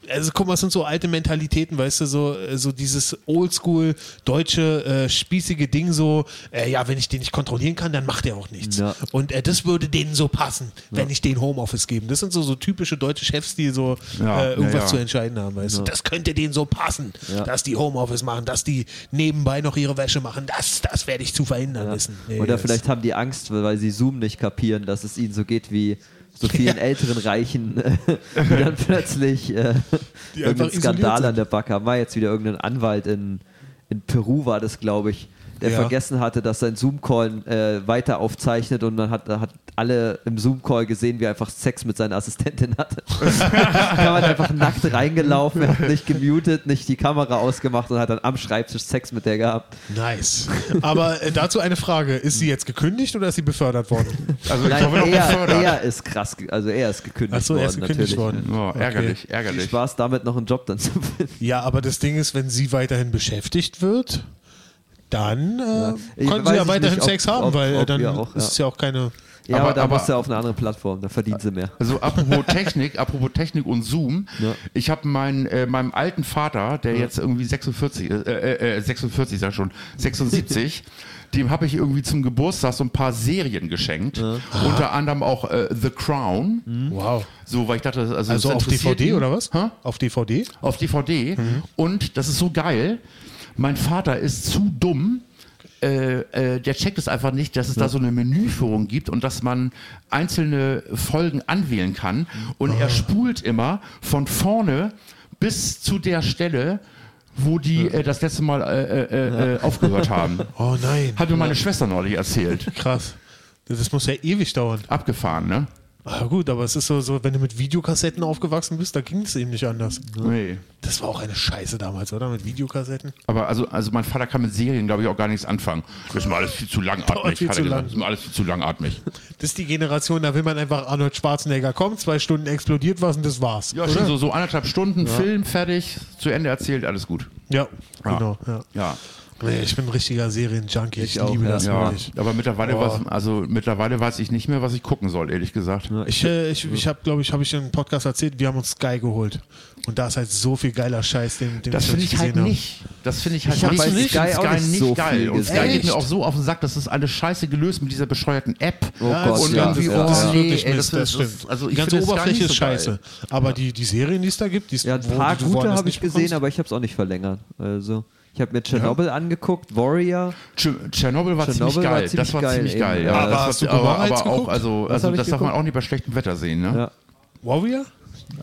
S1: Also guck mal, es sind so alte Mentalitäten, weißt du, so, so dieses oldschool deutsche äh, spießige Ding so, äh, ja, wenn ich den nicht kontrollieren kann, dann macht er auch nichts.
S4: Ja.
S1: Und äh, das würde denen so passen, wenn ich den Homeoffice geben. Das sind so, so typische deutsche Chefs, die so
S2: Ja,
S1: äh, irgendwas
S2: ja, ja.
S1: zu entscheiden haben. Weißt du? Das könnte denen so passen,
S4: Ja.
S1: dass die Homeoffice machen, dass die nebenbei noch ihre Wäsche machen. Das, das werde ich zu verhindern
S4: Ja.
S1: wissen. Nee,
S4: Oder
S1: das-
S4: vielleicht haben die Angst, weil sie Zoom nicht kapieren, dass es ihnen so geht wie so vielen älteren Reichen, die dann plötzlich äh,
S1: Die einfach
S4: irgendeinen
S1: isoliert
S4: Skandal an
S1: sind.
S4: der Backe haben. War jetzt wieder irgendein Anwalt in, in Peru, war das, glaube ich, der
S1: Ja.
S4: vergessen hatte, dass sein Zoom-Call äh, weiter aufzeichnet und dann hat, hat alle im Zoom-Call gesehen, wie er einfach Sex mit seiner Assistentin hatte. da war einfach nackt reingelaufen, er hat nicht gemutet, nicht die Kamera ausgemacht und hat dann am Schreibtisch Sex mit der gehabt.
S1: Nice. Aber äh, dazu eine Frage. Ist sie jetzt gekündigt oder ist sie befördert worden?
S2: Also ich
S4: Nein,
S2: glaube, noch
S4: er,
S2: befördert.
S4: er ist krass, ge- also er ist gekündigt
S1: Achso,
S4: worden.
S1: er ist gekündigt
S4: natürlich.
S1: worden.
S2: Oh, ärgerlich, ärgerlich.
S4: Spaß damit noch einen Job dann zu finden.
S1: Ja, aber das Ding ist, wenn sie weiterhin beschäftigt wird, dann äh,
S4: Ich
S1: kann
S4: weiß
S1: sie ja
S4: ich
S1: weiterhin
S4: nicht, ob-
S1: Sex haben,
S4: ob-
S1: weil äh,
S4: ob
S1: dann
S4: wir auch, ja.
S1: ist es ja auch keine.
S4: Ja, aber,
S2: Aber-
S4: da
S2: aber-
S4: muss er auf eine andere Plattform, da verdient sie mehr.
S2: Also apropos Technik, apropos Technik und Zoom,
S4: Ja.
S2: ich habe mein, äh, meinem alten Vater, der jetzt irgendwie 46, ist, äh, äh, 46 sag schon, 76, dem habe ich irgendwie zum Geburtstag so ein paar Serien geschenkt, unter anderem auch äh, The Crown,
S1: Wow.
S2: so weil ich dachte, also, das
S1: Also auf
S2: interessiert
S1: DVD
S2: ihn.
S1: oder was?
S2: Hä?
S1: Auf DVD?
S2: auf DVD
S1: Mhm.
S2: und das ist so geil. Mein Vater ist zu dumm. Äh, äh, der checkt es einfach nicht, dass es
S1: Mhm.
S2: da so eine Menüführung gibt und dass man einzelne Folgen anwählen kann. Und
S1: Ah.
S2: er spult immer von vorne bis zu der Stelle, wo die äh, das letzte Mal äh, äh, äh, aufgehört haben.
S1: Oh nein.
S2: Hat mir meine Schwester neulich erzählt.
S1: Krass. Das muss ja ewig dauern.
S2: Abgefahren, ne?
S1: Ah, gut, aber es ist so, so, wenn du mit Videokassetten aufgewachsen bist, da ging es eben nicht anders.
S2: Nee.
S1: Das war auch eine Scheiße damals, oder? Mit Videokassetten.
S2: Aber also, also mein Vater kann mit Serien, glaube ich, auch gar nichts anfangen. Das ist mir alles viel zu langatmig.
S1: viel
S2: hat
S1: zu
S2: er gesagt.
S1: lang.
S2: Das ist mir alles viel zu langatmig.
S1: Das ist die Generation, da will man einfach Arnold Schwarzenegger kommt, zwei Stunden explodiert was und das war's.
S2: Ja,
S1: oder?
S2: schon so, so anderthalb Stunden, Film fertig, zu Ende erzählt, alles gut.
S1: ja genau. Ja.
S2: Ja,
S1: Nee, ich bin ein richtiger Serienjunkie. Ich,
S4: Ich auch,
S1: liebe
S4: ja.
S1: das
S2: ja.
S1: wirklich.
S2: aber mittlerweile,
S1: Boah.
S2: was, also, mittlerweile weiß ich nicht mehr, was ich gucken soll, ehrlich gesagt.
S1: Ich, äh, ich, ich habe, glaube ich, habe ich im Podcast erzählt, wir haben uns Sky geholt. Und da ist halt so viel geiler Scheiß, den, den
S2: Das
S1: wir
S2: finde
S1: nicht
S2: ich halt
S1: gesehen haben.
S2: nicht. Das finde ich halt
S4: Ich hab bei
S2: nicht.
S4: Sky
S2: Und
S4: auch nicht so viel
S2: Und Sky
S4: gesehen.
S2: geht mir
S1: Echt?
S2: auch so auf den Sack, das ist alles scheiße gelöst mit dieser bescheuerten App.
S4: Oh Gott,
S2: und
S4: ja.
S2: irgendwie,
S4: Das-
S2: oh,
S4: das
S1: ist
S2: nee,
S1: wirklich
S2: ey,
S1: Mist,
S2: das,
S1: das
S2: ist- das,
S1: stimmt.
S2: also
S1: die
S2: ich
S1: ganze
S2: finde Sky
S1: Oberfläche
S2: nicht
S1: ist
S2: so geil.
S1: scheiße. Aber die, die Serien, die es da gibt, die
S4: Ja, ein
S1: wo
S4: paar
S1: du- wo
S4: gute
S1: woanders
S4: habe ich
S1: nicht
S4: gesehen,
S1: bekommst.
S4: aber ich habe es auch nicht verlängert. Also, ich habe mir Tschernobyl angeguckt, Warrior.
S2: Tsche- Tschernobyl war
S4: Tschernobyl
S2: ziemlich
S4: war
S2: geil.
S4: ziemlich
S2: das war
S4: geil,
S2: ziemlich
S4: eben.
S2: geil.
S4: Aber
S2: das
S1: hast
S2: war-
S1: du
S2: aber,
S1: Gomorrah
S2: aber
S1: jetzt
S2: auch,
S1: geguckt?
S2: also,
S4: Was
S2: also
S4: hab ich
S2: das darf man
S4: geguckt?
S2: auch nicht bei schlechtem Wetter sehen, ne?
S4: Ja.
S1: Warrior?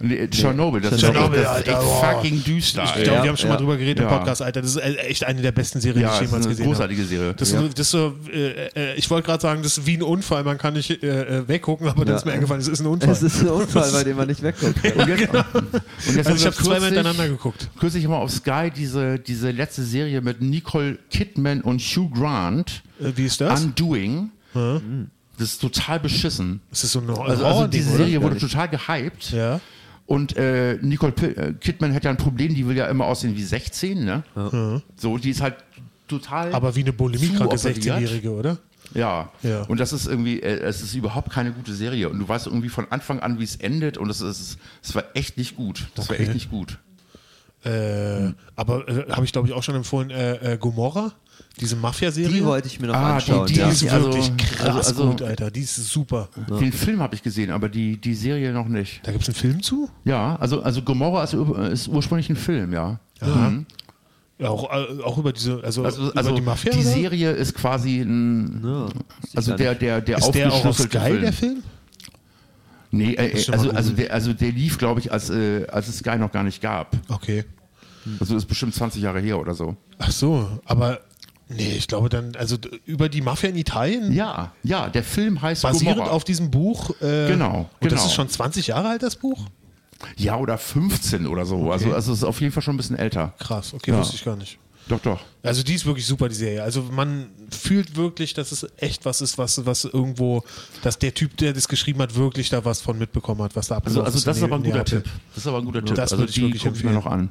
S2: Nee, Tschernobyl, das,
S1: Tschernobyl,
S2: ist, echt- das ist echt
S1: Alter, boah.
S2: fucking düster.
S1: Ich
S2: ey.
S1: glaube,
S4: Ja,
S1: wir haben schon
S4: ja.
S1: mal drüber geredet im
S2: Ja.
S1: Podcast, Alter. Das ist äh, echt eine der besten Serien,
S2: ja,
S1: die ich
S2: das
S1: jemals
S2: ist eine
S1: gesehen habe.
S2: großartige Serie.
S1: Das, ist, das ist so, äh, äh, ich wollte gerade sagen, das ist wie ein Unfall, man kann nicht äh, äh, weggucken, aber dann
S4: Ja.
S1: ist mir eingefallen, es ist ein Unfall.
S4: Es ist ein Unfall, bei dem man nicht wegkommt.
S2: und jetzt, und jetzt
S1: also
S2: haben
S1: ich
S2: wir
S1: habe zweimal
S2: kürzlich-
S1: hintereinander geguckt.
S2: Kürzlich mal auf Sky diese, diese letzte Serie mit Nicole Kidman und Hugh Grant,
S1: Äh, wie ist das?
S2: Undoing. Das ist total beschissen.
S1: Es ist so ein Horror
S2: Also, also diese Serie
S4: Gar
S2: wurde
S4: nicht.
S2: total gehypt.
S1: Ja.
S2: Und äh, Nicole P äh, Kidman hat ja ein Problem, die will ja immer aussehen wie 16, ne? So, die ist halt total.
S1: Aber wie eine bulimiekranke
S2: Zuoperiert.
S1: 16-Jährige, oder?
S2: Ja.
S1: Ja.
S2: Und das ist irgendwie, äh, es ist überhaupt keine gute Serie. Und du weißt irgendwie von Anfang an, wie es endet. Und es ist, es war echt nicht gut. Das war
S1: Okay.
S2: echt nicht gut.
S1: Äh,
S2: Hm.
S1: aber äh, habe ich, glaube ich, auch schon empfohlen, äh, äh, Gomorra, diese Mafia-Serie.
S4: Die wollte ich mir noch
S2: Ah, die-
S4: anschauen.
S2: die
S1: Die
S4: ja.
S1: ist
S2: also-
S1: wirklich krass
S2: also- also-
S1: gut, Alter. Die ist super.
S2: Den Film habe ich gesehen, aber die, die Serie noch nicht.
S1: Da gibt es einen Film zu?
S2: Ja, also, also Gomorra ist, ur- ist ursprünglich ein Film, ja. Mhm.
S1: Ja, auch, äh, auch über diese, also,
S2: Also,
S1: über
S2: also
S1: die Mafia? oder?
S2: Serie ist quasi ein.
S4: Ja.
S2: Also der, der, der
S1: ist der auch auf
S2: aufgeschlüsselte
S1: Sky, der Film?
S2: Nee, äh,
S1: Muss ich
S2: äh,
S1: mal
S2: also,
S1: googeln.
S2: also, der, also der lief, glaube ich, als, äh, als es Sky noch gar nicht gab.
S1: Okay. Hm.
S2: Also ist bestimmt 20 Jahre her oder so.
S1: Ach so, aber nee, ich glaube dann, also d- über die Mafia in Italien,
S2: Ja, ja, der Film heißt
S1: basierend
S2: Gomorra.
S1: auf diesem Buch. Äh,
S2: Genau,
S1: Und das
S2: genau.
S1: ist schon 20 Jahre alt, das Buch?
S2: Ja, oder 15 oder so. Also, also es ist auf jeden Fall schon ein bisschen älter.
S1: Krass, okay,
S2: Ja.
S1: wusste ich gar nicht.
S2: Doch, doch.
S1: Also die ist wirklich super, die Serie. Also man fühlt wirklich, dass es echt was ist, was, was irgendwo, dass der Typ, der das geschrieben hat, wirklich da was von mitbekommen hat, was da
S2: Also,
S1: abgelaufen
S2: also das ist
S1: in
S2: aber ein
S1: Nä-
S2: guter
S1: Neapel.
S2: Tipp. Das ist aber ein guter Tipp.
S1: Das
S2: also
S1: würde ich
S2: die
S1: wirklich
S2: gucke ich mir
S1: empfehlen.
S2: noch an.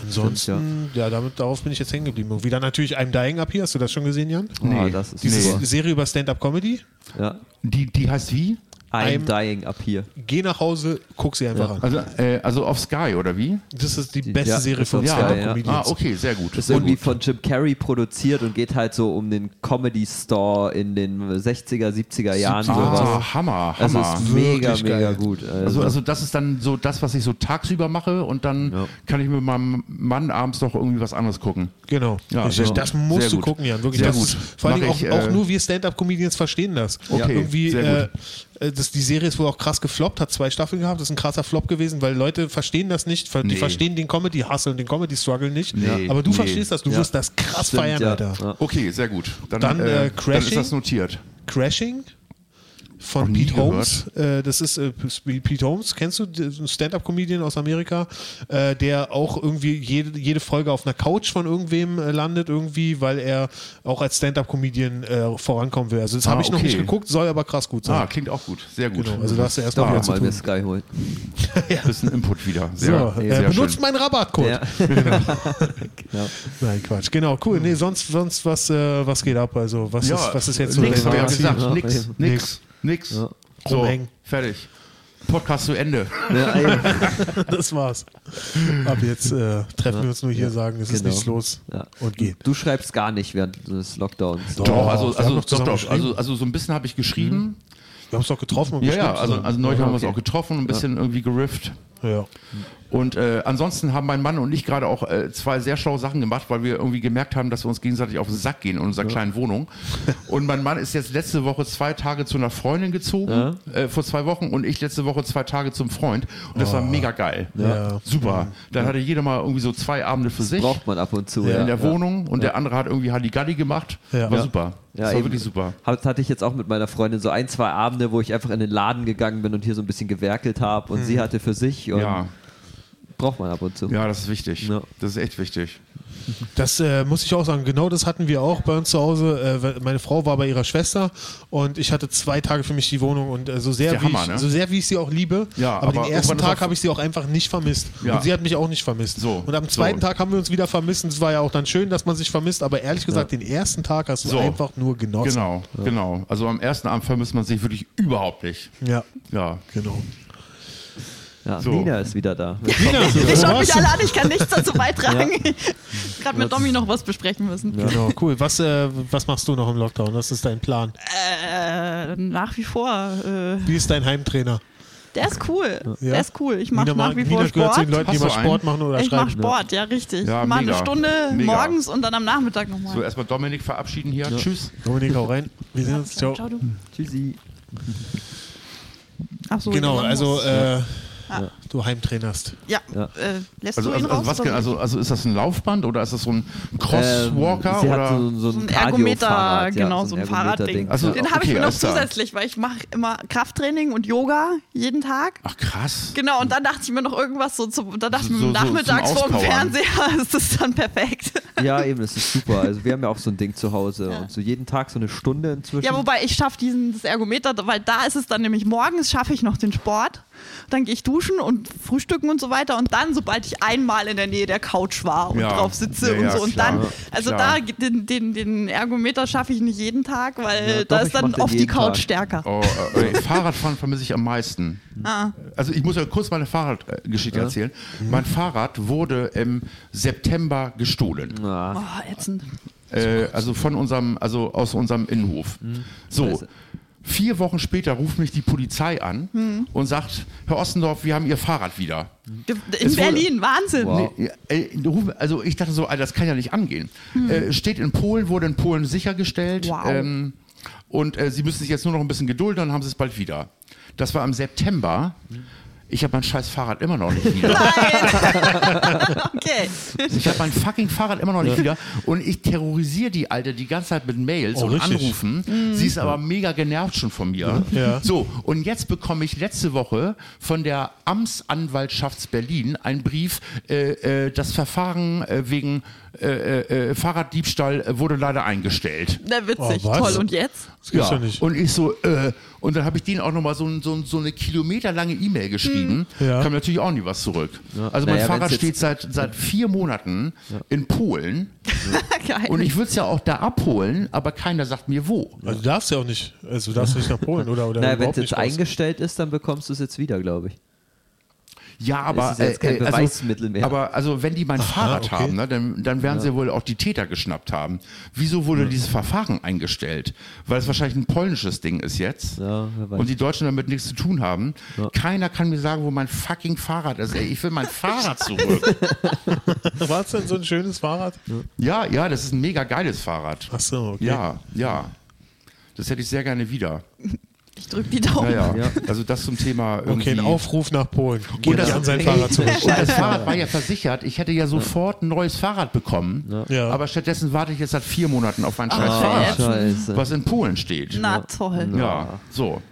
S1: Ansonsten, ja, damit, darauf bin ich jetzt hängen geblieben. Irgendwie dann natürlich I'm Dying Up hier, hast du das schon gesehen, Jan?
S4: Oh,
S2: Nee,
S4: das ist
S2: nee.
S1: Diese
S4: super.
S1: Serie über Stand-Up-Comedy.
S4: Ja.
S2: Die, die heißt wie?
S4: I'm,
S1: I'm-
S4: dying up here.
S1: Geh nach Hause, guck sie einfach an.
S2: Also, äh, also auf Sky oder wie?
S1: Das ist die beste
S4: ja,
S1: Serie
S4: ist
S1: von
S4: auf Sky,
S1: Stand-Up-Comedians.
S2: Ah, okay, sehr gut.
S4: Ist
S2: Sehr
S4: irgendwie
S2: gut.
S4: von Jim Carrey produziert und geht halt so um den Comedy Store in den 60er, 70er Jahren.
S1: Also
S4: sowas.
S2: Ah, Hammer,
S4: Es
S2: Hammer.
S4: ist mega,
S1: Wirklich
S4: mega
S1: geil.
S4: gut. Also,
S2: Also, also das ist dann so das, was ich so tagsüber mache und dann
S4: Ja.
S2: kann ich mit meinem Mann abends noch irgendwie was anderes gucken.
S1: Genau.
S2: Ja,
S1: Richtig.
S2: sehr
S1: Das
S2: gut.
S1: musst
S2: Sehr
S1: du
S2: gut.
S1: gucken, Jan. Wirklich.
S2: Sehr
S1: das
S2: gut.
S1: Ist, vor allem
S2: Mach
S1: auch,
S2: ich,
S1: auch
S2: äh,
S1: nur wir Stand-Up-Comedians verstehen das.
S2: Okay,
S1: Irgendwie,
S2: sehr
S1: äh, äh, das, die Serie ist wohl auch krass gefloppt, hat zwei Staffeln gehabt, ist ein krasser Flop gewesen, weil Leute verstehen das nicht. ver- Die
S2: Nee.
S1: verstehen den Comedy-Hustle und den Comedy-Struggle nicht.
S2: Nee,
S1: aber du
S2: nee.
S1: verstehst das. Du
S4: Ja.
S1: wirst das krass
S4: stimmt,
S1: feiern, Alter.
S4: Ja.
S2: Okay, sehr gut.
S1: Dann, äh,
S2: dann
S1: Crashing?
S2: ist das notiert.
S1: Crashing
S2: Noch
S1: von
S2: nie
S1: Pete Holmes. Äh, das ist äh, P- Pete Holmes, kennst du? Das ist ein Stand-up-Comedian aus Amerika, äh, der auch irgendwie jede, jede Folge auf einer Couch von irgendwem äh, landet, irgendwie, weil er auch als Stand-up-Comedian äh, vorankommen will. Also das
S2: Ah,
S1: habe ich noch
S2: okay.
S1: nicht geguckt, soll aber krass gut
S2: Ah,
S1: sein.
S2: klingt auch gut. Sehr gut. Ah,
S1: Genau, also da hast du
S4: Doch
S1: erstmal wieder
S4: noch
S1: zu
S4: mal mir
S1: tun.
S4: Sky holen.
S2: bisschen Input wieder.
S1: So,
S2: Sehr,
S1: äh,
S2: sehr
S1: benutzt
S2: schön.
S1: meinen Rabattcode.
S4: Ja. genau.
S1: Nein, Quatsch. Genau, cool. Nee, sonst, sonst was, äh, was geht ab? Also, was, ist, was ist jetzt so
S2: nix,
S1: dein
S2: hab ich ja
S1: Fazit?
S2: gesagt.
S4: Ja,
S2: Nix,
S4: eben.
S2: nix, nix. So,
S1: Rumhängen.
S2: fertig. Podcast zu Ende.
S4: Ja, Ne, ey.
S1: Das war's. Ab jetzt äh, treffen wir uns nur hier, sagen, es ist
S4: genau.
S1: nichts los
S4: Ja.
S1: und gehen.
S4: Du schreibst gar nicht während des Lockdowns.
S1: Doch.
S2: Doch, also,
S1: wir haben Mhm.
S2: also,
S1: doch
S2: doch,
S1: zusammen
S2: doch.
S1: geschrieben.
S2: Also, also so ein bisschen habe ich geschrieben.
S1: Wir haben es doch getroffen und
S2: Ja, ja,
S1: geschrieben
S2: also,
S1: zusammen.
S2: also neulich haben wir uns
S4: Okay.
S2: auch getroffen, ein bisschen irgendwie gerifft.
S1: ja.
S2: Und äh, ansonsten haben mein Mann und ich gerade auch äh, zwei sehr schlaue Sachen gemacht, weil wir irgendwie gemerkt haben, dass wir uns gegenseitig auf den Sack gehen in unserer kleinen Wohnung. Und mein Mann ist jetzt letzte Woche zwei Tage zu einer Freundin gezogen, äh, vor zwei Wochen, und ich letzte Woche zwei Tage zum Freund. Und das war mega geil.
S1: Oh. Ja.
S2: Super. Dann hatte jeder mal irgendwie so zwei Abende für sich
S4: Braucht man ab und zu.
S1: Ja.
S2: in der Wohnung und der andere hat irgendwie Halligalli gemacht.
S1: Ja.
S2: War
S1: Ja.
S2: super.
S4: Ja,
S2: das war
S4: eben.
S2: wirklich super.
S4: Hat, hatte ich jetzt auch mit meiner Freundin so ein, zwei Abende, wo ich einfach in den Laden gegangen bin und hier so ein bisschen gewerkelt habe und sie hatte für sich und
S2: Ja.
S4: braucht man ab und zu.
S2: ja, das ist wichtig.
S4: Ja.
S2: Das ist echt wichtig.
S1: Das äh, muss ich auch sagen, genau das hatten wir auch bei uns zu Hause. Äh, weil meine Frau war bei ihrer Schwester und ich hatte zwei Tage für mich die Wohnung und äh, so, sehr,
S2: Der
S1: wie
S2: Hammer,
S1: ich,
S2: ne?
S1: so sehr wie ich sie auch liebe,
S2: Ja,
S1: aber,
S2: aber
S1: den ersten
S2: irgendwann ist
S1: Tag
S2: auch-
S1: habe ich sie auch einfach nicht vermisst
S2: Ja.
S1: und sie hat mich auch nicht vermisst.
S2: So,
S1: und am zweiten
S2: so.
S1: Tag haben wir uns wieder vermisst und es war ja auch dann schön, dass man sich vermisst, aber ehrlich gesagt, den ersten Tag hast du
S2: So.
S1: einfach nur genossen.
S2: Genau, genau. Also am ersten Abend vermisst man sich wirklich überhaupt nicht.
S1: Ja,
S2: Ja.
S1: genau.
S4: Ja,
S2: So.
S4: Nina ist wieder da.
S1: Nina,
S3: Ihr
S1: wo
S3: schaut mich
S1: warst du?
S3: alle an, ich kann nichts dazu beitragen. Gerade mit Domi noch was besprechen müssen.
S1: Genau, cool. Was, äh, was machst du noch im Lockdown? Was ist dein Plan?
S3: Äh, nach wie vor. Äh,
S1: Wie ist dein Heimtrainer?
S3: der ist cool.
S1: Ja.
S3: Der ist cool. Ich mache
S1: Nina
S3: nach
S1: mag-
S3: wie
S1: Nina
S3: vor
S1: gehört zu den
S3: Sport.
S1: Leuten, die
S2: Hast
S1: mal
S2: du einen?
S1: Sport machen oder
S3: Ich mache
S1: schreiben. ne?
S3: Sport, ja, richtig.
S2: Ja,
S3: mal
S2: mega.
S3: eine Stunde
S2: Mega.
S3: morgens und dann am Nachmittag nochmal.
S2: So, erstmal Dominik verabschieden hier. Tschüss.
S1: Dominik, hau rein. Wir sehen uns. Ciao.
S3: Ciao, du.
S4: Tschüssi.
S3: Ach so,
S1: Genau,
S3: jemand
S1: also
S3: muss-
S1: äh, du heimtrainerst.
S3: ja,
S4: Ja.
S3: Äh, lässt
S2: Also,
S3: du ihn
S2: also, also,
S3: raus?
S2: was,
S3: oder
S2: ge- also, also ist das ein Laufband oder ist das so ein Crosswalker?
S4: Ähm, sie
S2: oder?
S4: hat so, so
S3: so ein
S4: ein
S3: Ergometer,
S4: Cardio-Fahrrad, ja,
S3: genau, so ein
S4: Ergometer-Ding.
S3: Fahrradding.
S2: Also,
S3: Den habe ich
S2: okay,
S3: mir noch
S2: alles klar.
S3: zusätzlich, weil ich mache immer Krafttraining und Yoga jeden Tag.
S2: Ach krass.
S3: Genau, und dann dachte ich mir noch irgendwas so zum, dann dachte ich
S2: So-
S3: mir
S2: so- so
S3: nachmittags
S2: zum
S3: vor dem
S2: Auspowern.
S3: Fernseher ist das dann perfekt.
S4: Ja, eben, das ist super. Also wir haben ja auch so ein Ding zu Hause und so jeden Tag so eine Stunde inzwischen.
S3: Ja, wobei ich schaffe diesen das Ergometer, weil da ist es dann nämlich morgens schaffe ich noch den Sport, dann gehe ich duschen und frühstücken und so weiter und dann sobald ich einmal in der Nähe der Couch war und
S2: Ja.
S3: drauf sitze
S2: Ja,
S3: und
S2: ja,
S3: so und
S2: klar.
S3: dann also
S2: Klar.
S3: da ge- den, den, den Ergometer schaffe ich nicht jeden Tag, weil
S4: Ja,
S3: da
S4: doch,
S3: ist
S4: ich
S3: dann
S4: mach den
S3: oft die
S4: jeden
S3: Couch
S4: Tag.
S3: stärker.
S2: Oh, äh, äh, Fahrradfahren vermisse ich am meisten.
S4: Ah.
S2: Also ich muss ja kurz meine Fahrradgeschichte erzählen. Mein Fahrrad wurde im September gestohlen.
S3: Oh, ätzend.
S2: Äh, also von unserem, also aus unserem Innenhof. So.
S4: Hm. Scheiße.
S2: Vier Wochen später ruft mich die Polizei an
S4: Hm.
S2: und sagt, Herr Ostendorf, wir haben Ihr Fahrrad wieder.
S3: In
S2: Es wurde-
S3: Berlin, Wahnsinn.
S4: Wow.
S2: Nee, äh, du ruf- also ich dachte so, Alter, das kann ja nicht angehen. Äh, steht in Polen, wurde in Polen sichergestellt.
S3: Wow.
S2: Ähm, und äh, sie müssen sich jetzt nur noch ein bisschen gedulden, dann haben sie es bald wieder. Das war im September. Ich habe mein scheiß Fahrrad immer noch nicht wieder.
S3: Okay.
S2: Ich habe mein fucking Fahrrad immer noch nicht wieder und ich terrorisiere die Alte die ganze Zeit mit Mails
S1: Oh,
S2: und
S1: richtig. Mhm.
S2: Anrufen. Sie ist aber mega genervt schon von mir.
S1: Ja.
S2: So, und jetzt bekomme ich letzte Woche von der Amtsanwaltschaft Berlin einen Brief, äh, äh, das Verfahren äh, wegen äh, äh, Fahrraddiebstahl äh, wurde leider eingestellt.
S3: Na, witzig.
S1: Oh, was?
S3: Toll. Und jetzt?
S1: Das gibt's ja. nicht.
S2: Und ich so, äh, und dann habe ich denen auch nochmal so, ein- so, ein- so eine kilometerlange E-Mail geschrieben.
S1: Mhm. Ja.
S2: Kam natürlich auch nie was zurück. Also mein
S4: Naja,
S2: Fahrrad
S4: wenn's
S2: steht seit, seit vier Monaten in Polen
S3: Geil.
S2: und ich würde es ja auch da abholen, aber keiner sagt mir wo.
S1: Also du darfst ja auch nicht. Also du darfst nicht nach Polen oder,
S2: Äh,
S1: oder
S4: Naja, wenn
S1: überhaupt
S4: es jetzt
S1: nicht raus.
S4: eingestellt ist, dann bekommst du es jetzt wieder, glaube ich.
S2: Ja, aber äh, also,
S4: ist jetzt kein Beweismittel mehr.
S2: Aber also wenn die mein Fahrrad
S1: okay.
S2: haben, ne, dann, dann werden sie wohl auch die Täter geschnappt haben. Wieso wurde dieses Verfahren eingestellt? Weil es wahrscheinlich ein polnisches Ding ist jetzt.
S4: Ja, wer weiß.
S2: und die Deutschen damit nichts zu tun haben. Keiner kann mir sagen, wo mein fucking Fahrrad ist. Ey, ich will mein Fahrrad zurück.
S1: War es denn so ein schönes Fahrrad?
S2: ja, ja, das ist ein mega geiles Fahrrad.
S1: Ach so, okay.
S2: Ja, ja. Das hätte ich sehr gerne wieder.
S3: Ich drück die Daumen.
S2: Naja,
S4: Oh. Ja.
S2: also das zum Thema irgendwie.
S1: Okay, ein Aufruf nach Polen. Geht
S2: das-
S1: nicht an sein
S2: ey,
S1: Fahrrad zurück.
S2: Und das Fahrrad war ja versichert. Ich hätte ja sofort ein neues Fahrrad bekommen.
S1: Ja.
S2: Aber stattdessen warte ich jetzt seit vier Monaten auf mein scheiß
S3: Ah,
S2: Fahrrad,
S4: Scheiße.
S2: was in Polen steht.
S3: Na toll.
S2: Ja, so.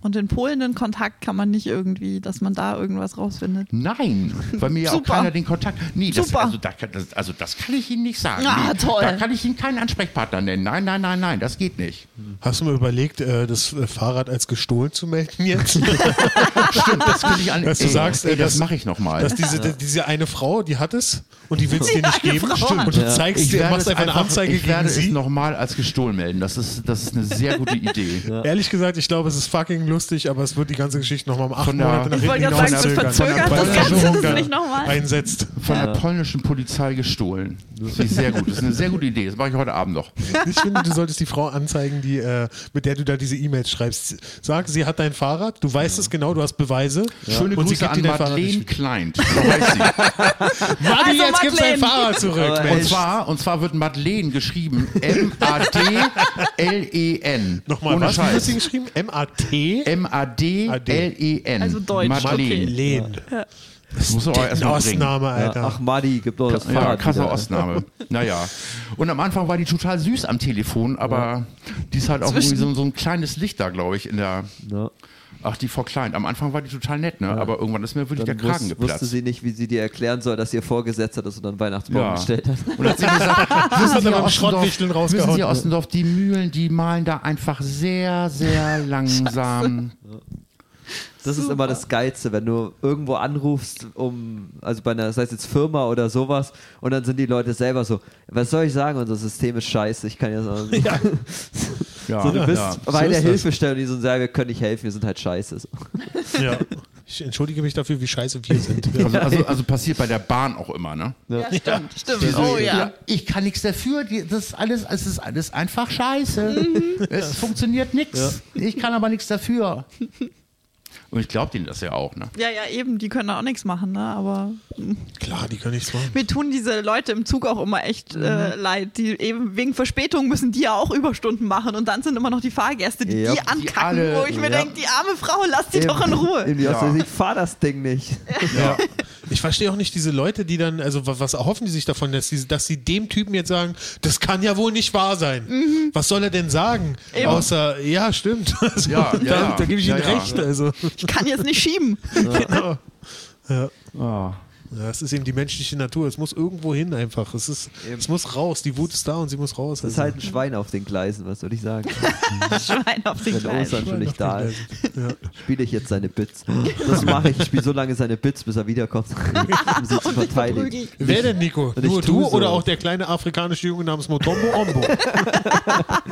S3: Und in Polen den Kontakt kann man nicht irgendwie, dass man da irgendwas rausfindet.
S2: Nein, weil mir ja auch
S3: Super.
S2: keiner den Kontakt. Nee, das,
S3: Super.
S2: also, da kann, das, also das kann ich Ihnen nicht sagen.
S3: Ah,
S2: nee,
S3: toll.
S2: Da kann ich Ihnen keinen Ansprechpartner nennen. Nein, nein, nein, nein, das geht nicht.
S1: Hast du mal überlegt, äh, das äh, Fahrrad als gestohlen zu melden jetzt?
S2: Stimmt,
S3: Ah.
S2: das könnte ich an.
S1: Dass du sagst,
S2: ey,
S1: äh,
S2: das,
S1: dass-
S2: mache ich nochmal.
S1: Dass diese, diese eine Frau, die hat es und die will es dir nicht geben.
S3: Frau.
S1: Stimmt. Und du zeigst dir, machst einfach eine Anzeige
S2: ich werde
S1: gegen
S2: es
S1: sie.
S2: nochmal als gestohlen melden. Das ist, das ist eine sehr gute Idee.
S1: Ehrlich gesagt, ich glaube, es ist fucking lustig, aber es wird die ganze Geschichte nochmal um acht
S2: Von der-
S1: Monate nach
S2: Ich
S1: hinten
S3: wollte gerade sagen,
S1: hinauszögern,
S3: das verzögert
S1: weil
S2: das
S1: die
S2: Ganze, das
S1: Regierung
S3: ist
S1: da
S3: nicht nochmal.
S1: Einsetzt.
S2: von der polnischen Polizei gestohlen. Das finde ich sehr gut. Das ist eine sehr gute Idee. Das mache ich heute Abend noch.
S1: Ich finde, du solltest die Frau anzeigen, die, äh, mit der du da diese E-Mails schreibst. Sag, sie hat dein Fahrrad, du weißt es genau, du hast Beweise.
S2: Schöne
S1: und sie
S2: Grüße
S1: gibt dir dein
S2: an
S1: Fahrrad nicht
S2: Madeleine
S1: wieder.
S2: Klein. So heißt sie.
S1: Madi,
S3: Also,
S1: jetzt gibt's dein
S3: Madeleine.
S1: Fahrrad zurück.
S4: Aber
S1: Mensch.
S2: Und zwar, und zwar wird Madeleine geschrieben M-A-D-L-E-N.
S1: Nochmal,
S2: E Ohne
S1: was Wie hast du
S2: Scheiß.
S1: geschrieben? M-A-T?
S2: M-A-D-L-E-N.
S3: Also Deutsch.
S2: E Madeleine.
S1: Madeleine.
S2: Das muss er auch erstmal bringen.
S1: Ausnahme,
S4: Ja,
S1: Alter.
S4: ach, Madi, gib doch das
S2: Ja,
S4: Fahrrad.
S2: krasser
S4: wieder.
S2: Ausnahme. Naja. Und am Anfang war die total süß am Telefon, aber die ist halt auch irgendwie so, so ein kleines Licht da, glaube ich, in der,
S4: Ja.
S2: Ach, die Frau Klein. Am Anfang war die total nett, ne? Aber irgendwann ist mir wirklich
S4: Dann
S2: der Kragen
S4: wus wusste
S2: geplatzt.
S4: sie nicht, wie sie dir erklären soll, dass ihr Vorgesetzter das unter den Weihnachtsbaum
S2: Ja.
S4: gestellt hat.
S2: Und hat sie gesagt, wissen
S1: hat
S2: Sie,
S1: er
S2: Herr
S1: beim Schrottwichteln
S2: Ostendorf,
S1: rausgehauen.
S2: wissen Sie, Herr Ostendorf, die Mühlen, die malen da einfach sehr, sehr langsam.
S4: Das ist immer das Geilste, wenn du irgendwo anrufst, um, also bei einer, sei es jetzt Firma oder sowas, und dann sind die Leute selber so, was soll ich sagen, unser System ist scheiße, ich kann ja sagen.
S2: Ja,
S4: So, du bist
S2: ja.
S4: bei
S1: so
S4: der
S1: ist das.
S4: Hilfestellung, die so sagen, wir können nicht helfen, wir sind halt scheiße. So.
S1: Ja. Ich entschuldige mich dafür, wie scheiße wir sind.
S2: Also, also, also passiert bei der Bahn auch immer, ne?
S3: Ja, stimmt, stimmt.
S2: Die so,
S3: oh ja.
S2: Ich kann nichts dafür, die- das ist alles, es ist alles einfach scheiße. es funktioniert nichts. Ich kann aber nichts dafür. Und ich glaube denen das ja auch, ne?
S3: Ja, ja, eben, die können da auch nichts machen, ne? Aber
S1: Klar, die kann nichts machen.
S3: mir tun diese Leute im Zug auch immer echt äh, leid. Die eben wegen Verspätung müssen die ja auch Überstunden machen und dann sind immer noch die Fahrgäste, die
S4: Ja,
S3: die
S4: die
S3: ankacken,
S2: alle-
S3: wo ich mir
S4: ja.
S3: denke, die arme Frau, lass die doch in Ruhe.
S4: Irgendwie aus
S2: Ja.
S4: der Sicht, Ich fahr das Ding nicht.
S1: Ja. Ich verstehe auch nicht diese Leute, die dann, also wa- was erhoffen die sich davon, dass sie, dass sie dem Typen jetzt sagen, das kann ja wohl nicht wahr sein. Was soll er denn sagen? Außer, ja, stimmt. Also,
S2: Ja, ja,
S1: da,
S2: ja.
S1: da gebe ich
S2: Ja,
S1: Ihnen
S2: ja.
S1: recht. Also,
S3: Ich kann jetzt nicht schieben.
S1: genau. ja.
S2: Ah.
S1: Ja, das ist eben die menschliche Natur. Es muss irgendwo hin einfach. Es, ist, es muss raus. Die Wut ist da und sie muss raus. Also,
S4: Das ist halt ein Schwein auf den Gleisen, was soll ich sagen?
S3: Schwein auf den
S4: Wenn Ostern
S3: Kleinen.
S4: schon nicht da ist, spiele ich jetzt seine Bits. Das mache ich, ich spiele so lange seine Bits, bis er wiederkommt, um sie zu verteidigen.
S3: Prügel.
S1: Wer denn, Nico?
S4: ich
S1: Nur du
S4: tu so.
S1: oder auch der kleine afrikanische Junge namens Motombo Ombo?